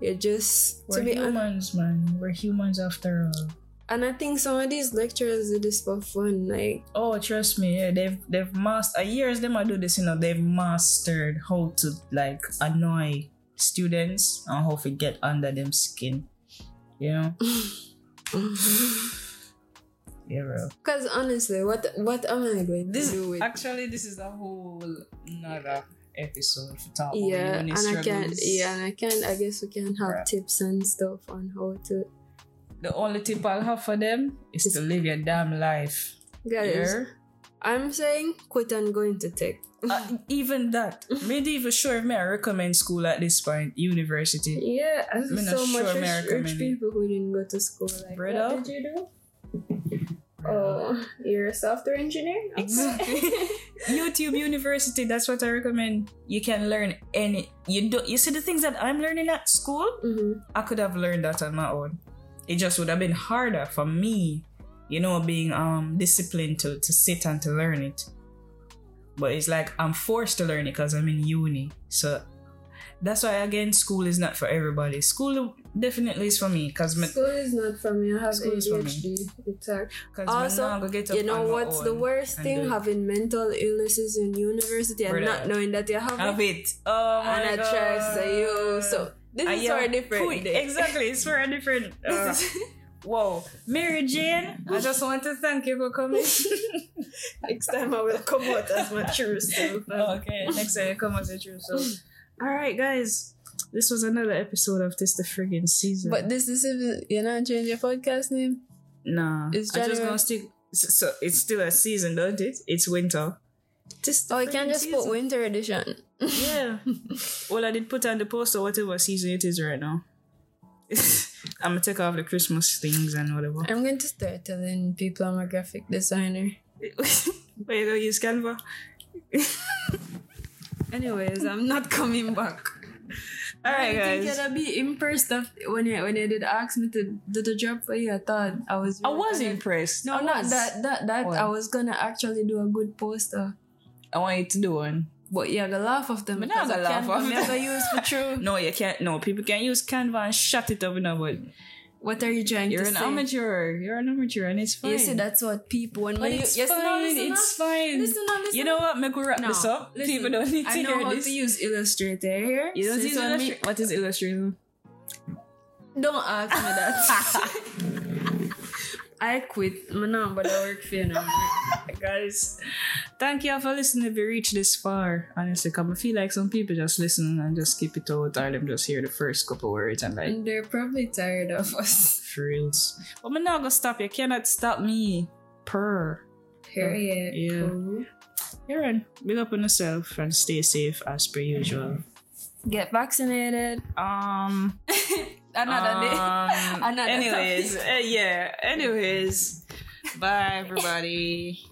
[SPEAKER 2] you're just
[SPEAKER 1] we're
[SPEAKER 2] to be honest.
[SPEAKER 1] humans man we're humans after all
[SPEAKER 2] And I think some of these lecturers do this for fun, like
[SPEAKER 1] Oh, trust me, yeah, they've they've mastered years them I do this, you know, they've mastered how to like annoy students and how to get under them skin. You know? Yeah, bro.
[SPEAKER 2] because honestly, what what am I going to
[SPEAKER 1] This
[SPEAKER 2] do with
[SPEAKER 1] actually this is a whole another episode for talk
[SPEAKER 2] yeah and i can yeah and i can i guess we can have
[SPEAKER 1] Right.
[SPEAKER 2] tips and stuff on how to
[SPEAKER 1] The only tip I'll have for them is to live your damn life.
[SPEAKER 2] guys
[SPEAKER 1] Yeah.
[SPEAKER 2] i'm saying quit and go into tech
[SPEAKER 1] Uh, even that. Maybe even sure if me I recommend school at this point, university.
[SPEAKER 2] yeah i
[SPEAKER 1] Me
[SPEAKER 2] see
[SPEAKER 1] not
[SPEAKER 2] so much
[SPEAKER 1] sure
[SPEAKER 2] rich,
[SPEAKER 1] America,
[SPEAKER 2] rich
[SPEAKER 1] maybe.
[SPEAKER 2] people who didn't go to school like
[SPEAKER 1] Brother?
[SPEAKER 2] what did you do oh you're a software engineer Mm-hmm. Okay.
[SPEAKER 1] Exactly. YouTube University. That's what I recommend. You can learn any. You do. You see the things that I'm learning at school.
[SPEAKER 2] Mhm.
[SPEAKER 1] I could have learned that on my own. It just would have been harder for me, you know, being um disciplined to to sit and to learn it. But it's like I'm forced to learn it because I'm in uni. So that's why again, school is not for everybody. School definitely is for me because
[SPEAKER 2] school is not for me i have
[SPEAKER 1] School is for me.
[SPEAKER 2] adhd it's hard Also,
[SPEAKER 1] also get up
[SPEAKER 2] you know
[SPEAKER 1] on my
[SPEAKER 2] what's the
[SPEAKER 1] own
[SPEAKER 2] worst
[SPEAKER 1] and
[SPEAKER 2] thing
[SPEAKER 1] do it.
[SPEAKER 2] having mental illnesses in university and
[SPEAKER 1] Brother.
[SPEAKER 2] not knowing that you have it
[SPEAKER 1] Have it. Oh my
[SPEAKER 2] and I
[SPEAKER 1] god.
[SPEAKER 2] trust you. So this
[SPEAKER 1] I
[SPEAKER 2] is for a
[SPEAKER 1] am
[SPEAKER 2] different
[SPEAKER 1] put-
[SPEAKER 2] day.
[SPEAKER 1] Ah, Exactly, it's for a different. Uh,
[SPEAKER 2] This is
[SPEAKER 1] whoa, Mary Jane, I just want to thank you for coming.
[SPEAKER 2] next time I will come out as my true self.
[SPEAKER 1] Oh, okay, next time you come as a true. So, all right, guys, this was another episode of this the friggin' season.
[SPEAKER 2] But this is if you're not change your podcast name.
[SPEAKER 1] nah,
[SPEAKER 2] It's
[SPEAKER 1] I'm just
[SPEAKER 2] January.
[SPEAKER 1] gonna stick. So so it's still a season, don't it? It's winter. Just the
[SPEAKER 2] Oh, you can
[SPEAKER 1] friggin'
[SPEAKER 2] just put
[SPEAKER 1] season.
[SPEAKER 2] winter edition.
[SPEAKER 1] Yeah. well, I did put on the post or whatever season it is right now. I'm gonna take off the Christmas things and whatever.
[SPEAKER 2] I'm going to start telling people I'm a graphic designer.
[SPEAKER 1] Where you gonna use Canva?
[SPEAKER 2] Anyways, I'm not coming back.
[SPEAKER 1] All right,
[SPEAKER 2] I think
[SPEAKER 1] guys.
[SPEAKER 2] I'd be impressed of when you when you did ask me to do the job for you. I thought I was.
[SPEAKER 1] I
[SPEAKER 2] really
[SPEAKER 1] was
[SPEAKER 2] gonna-
[SPEAKER 1] impressed.
[SPEAKER 2] No,
[SPEAKER 1] I
[SPEAKER 2] not
[SPEAKER 1] was.
[SPEAKER 2] that. That that
[SPEAKER 1] What?
[SPEAKER 2] I was gonna actually do a good poster.
[SPEAKER 1] I want you to do one.
[SPEAKER 2] But yeah, the laugh of them.
[SPEAKER 1] Me nah
[SPEAKER 2] because
[SPEAKER 1] go
[SPEAKER 2] I
[SPEAKER 1] laugh
[SPEAKER 2] can't-
[SPEAKER 1] off
[SPEAKER 2] me
[SPEAKER 1] them.
[SPEAKER 2] never use for true.
[SPEAKER 1] No, you can't. No, people can use Canva and shut it up. You know, but
[SPEAKER 2] What are you trying
[SPEAKER 1] you're
[SPEAKER 2] to
[SPEAKER 1] an
[SPEAKER 2] say?
[SPEAKER 1] amateur. You're an amateur, and it's fine.
[SPEAKER 2] You see, that's what people when
[SPEAKER 1] But
[SPEAKER 2] when you,
[SPEAKER 1] it's
[SPEAKER 2] yes, no,
[SPEAKER 1] fine.
[SPEAKER 2] listen,
[SPEAKER 1] it's
[SPEAKER 2] no.
[SPEAKER 1] fine.
[SPEAKER 2] Listen, no, listen.
[SPEAKER 1] You know what? Make we wrap
[SPEAKER 2] No,
[SPEAKER 1] this up.
[SPEAKER 2] listen.
[SPEAKER 1] people don't need to
[SPEAKER 2] I know
[SPEAKER 1] hear
[SPEAKER 2] how
[SPEAKER 1] this.
[SPEAKER 2] to use Illustrator here.
[SPEAKER 1] you don't
[SPEAKER 2] Since
[SPEAKER 1] use
[SPEAKER 2] when
[SPEAKER 1] Illustra- What is Illustrator?
[SPEAKER 2] Me, don't ask me that. I quit. My number I work for you now.
[SPEAKER 1] Guys, thank you all for listening. If you reach this far, honestly, come I feel like some people just listen and just skip it out, or them just hear the first couple words and like.
[SPEAKER 2] And they're probably tired of us.
[SPEAKER 1] Frills. But I'm not gonna stop you. Cannot stop me. Purr.
[SPEAKER 2] Period.
[SPEAKER 1] Yeah.
[SPEAKER 2] Cool.
[SPEAKER 1] Aaron, big up on yourself and stay safe as per usual.
[SPEAKER 2] Get vaccinated.
[SPEAKER 1] Um,
[SPEAKER 2] Another day.
[SPEAKER 1] um, eh,
[SPEAKER 2] Another
[SPEAKER 1] anyways, uh, yeah. Anyways, bye everybody.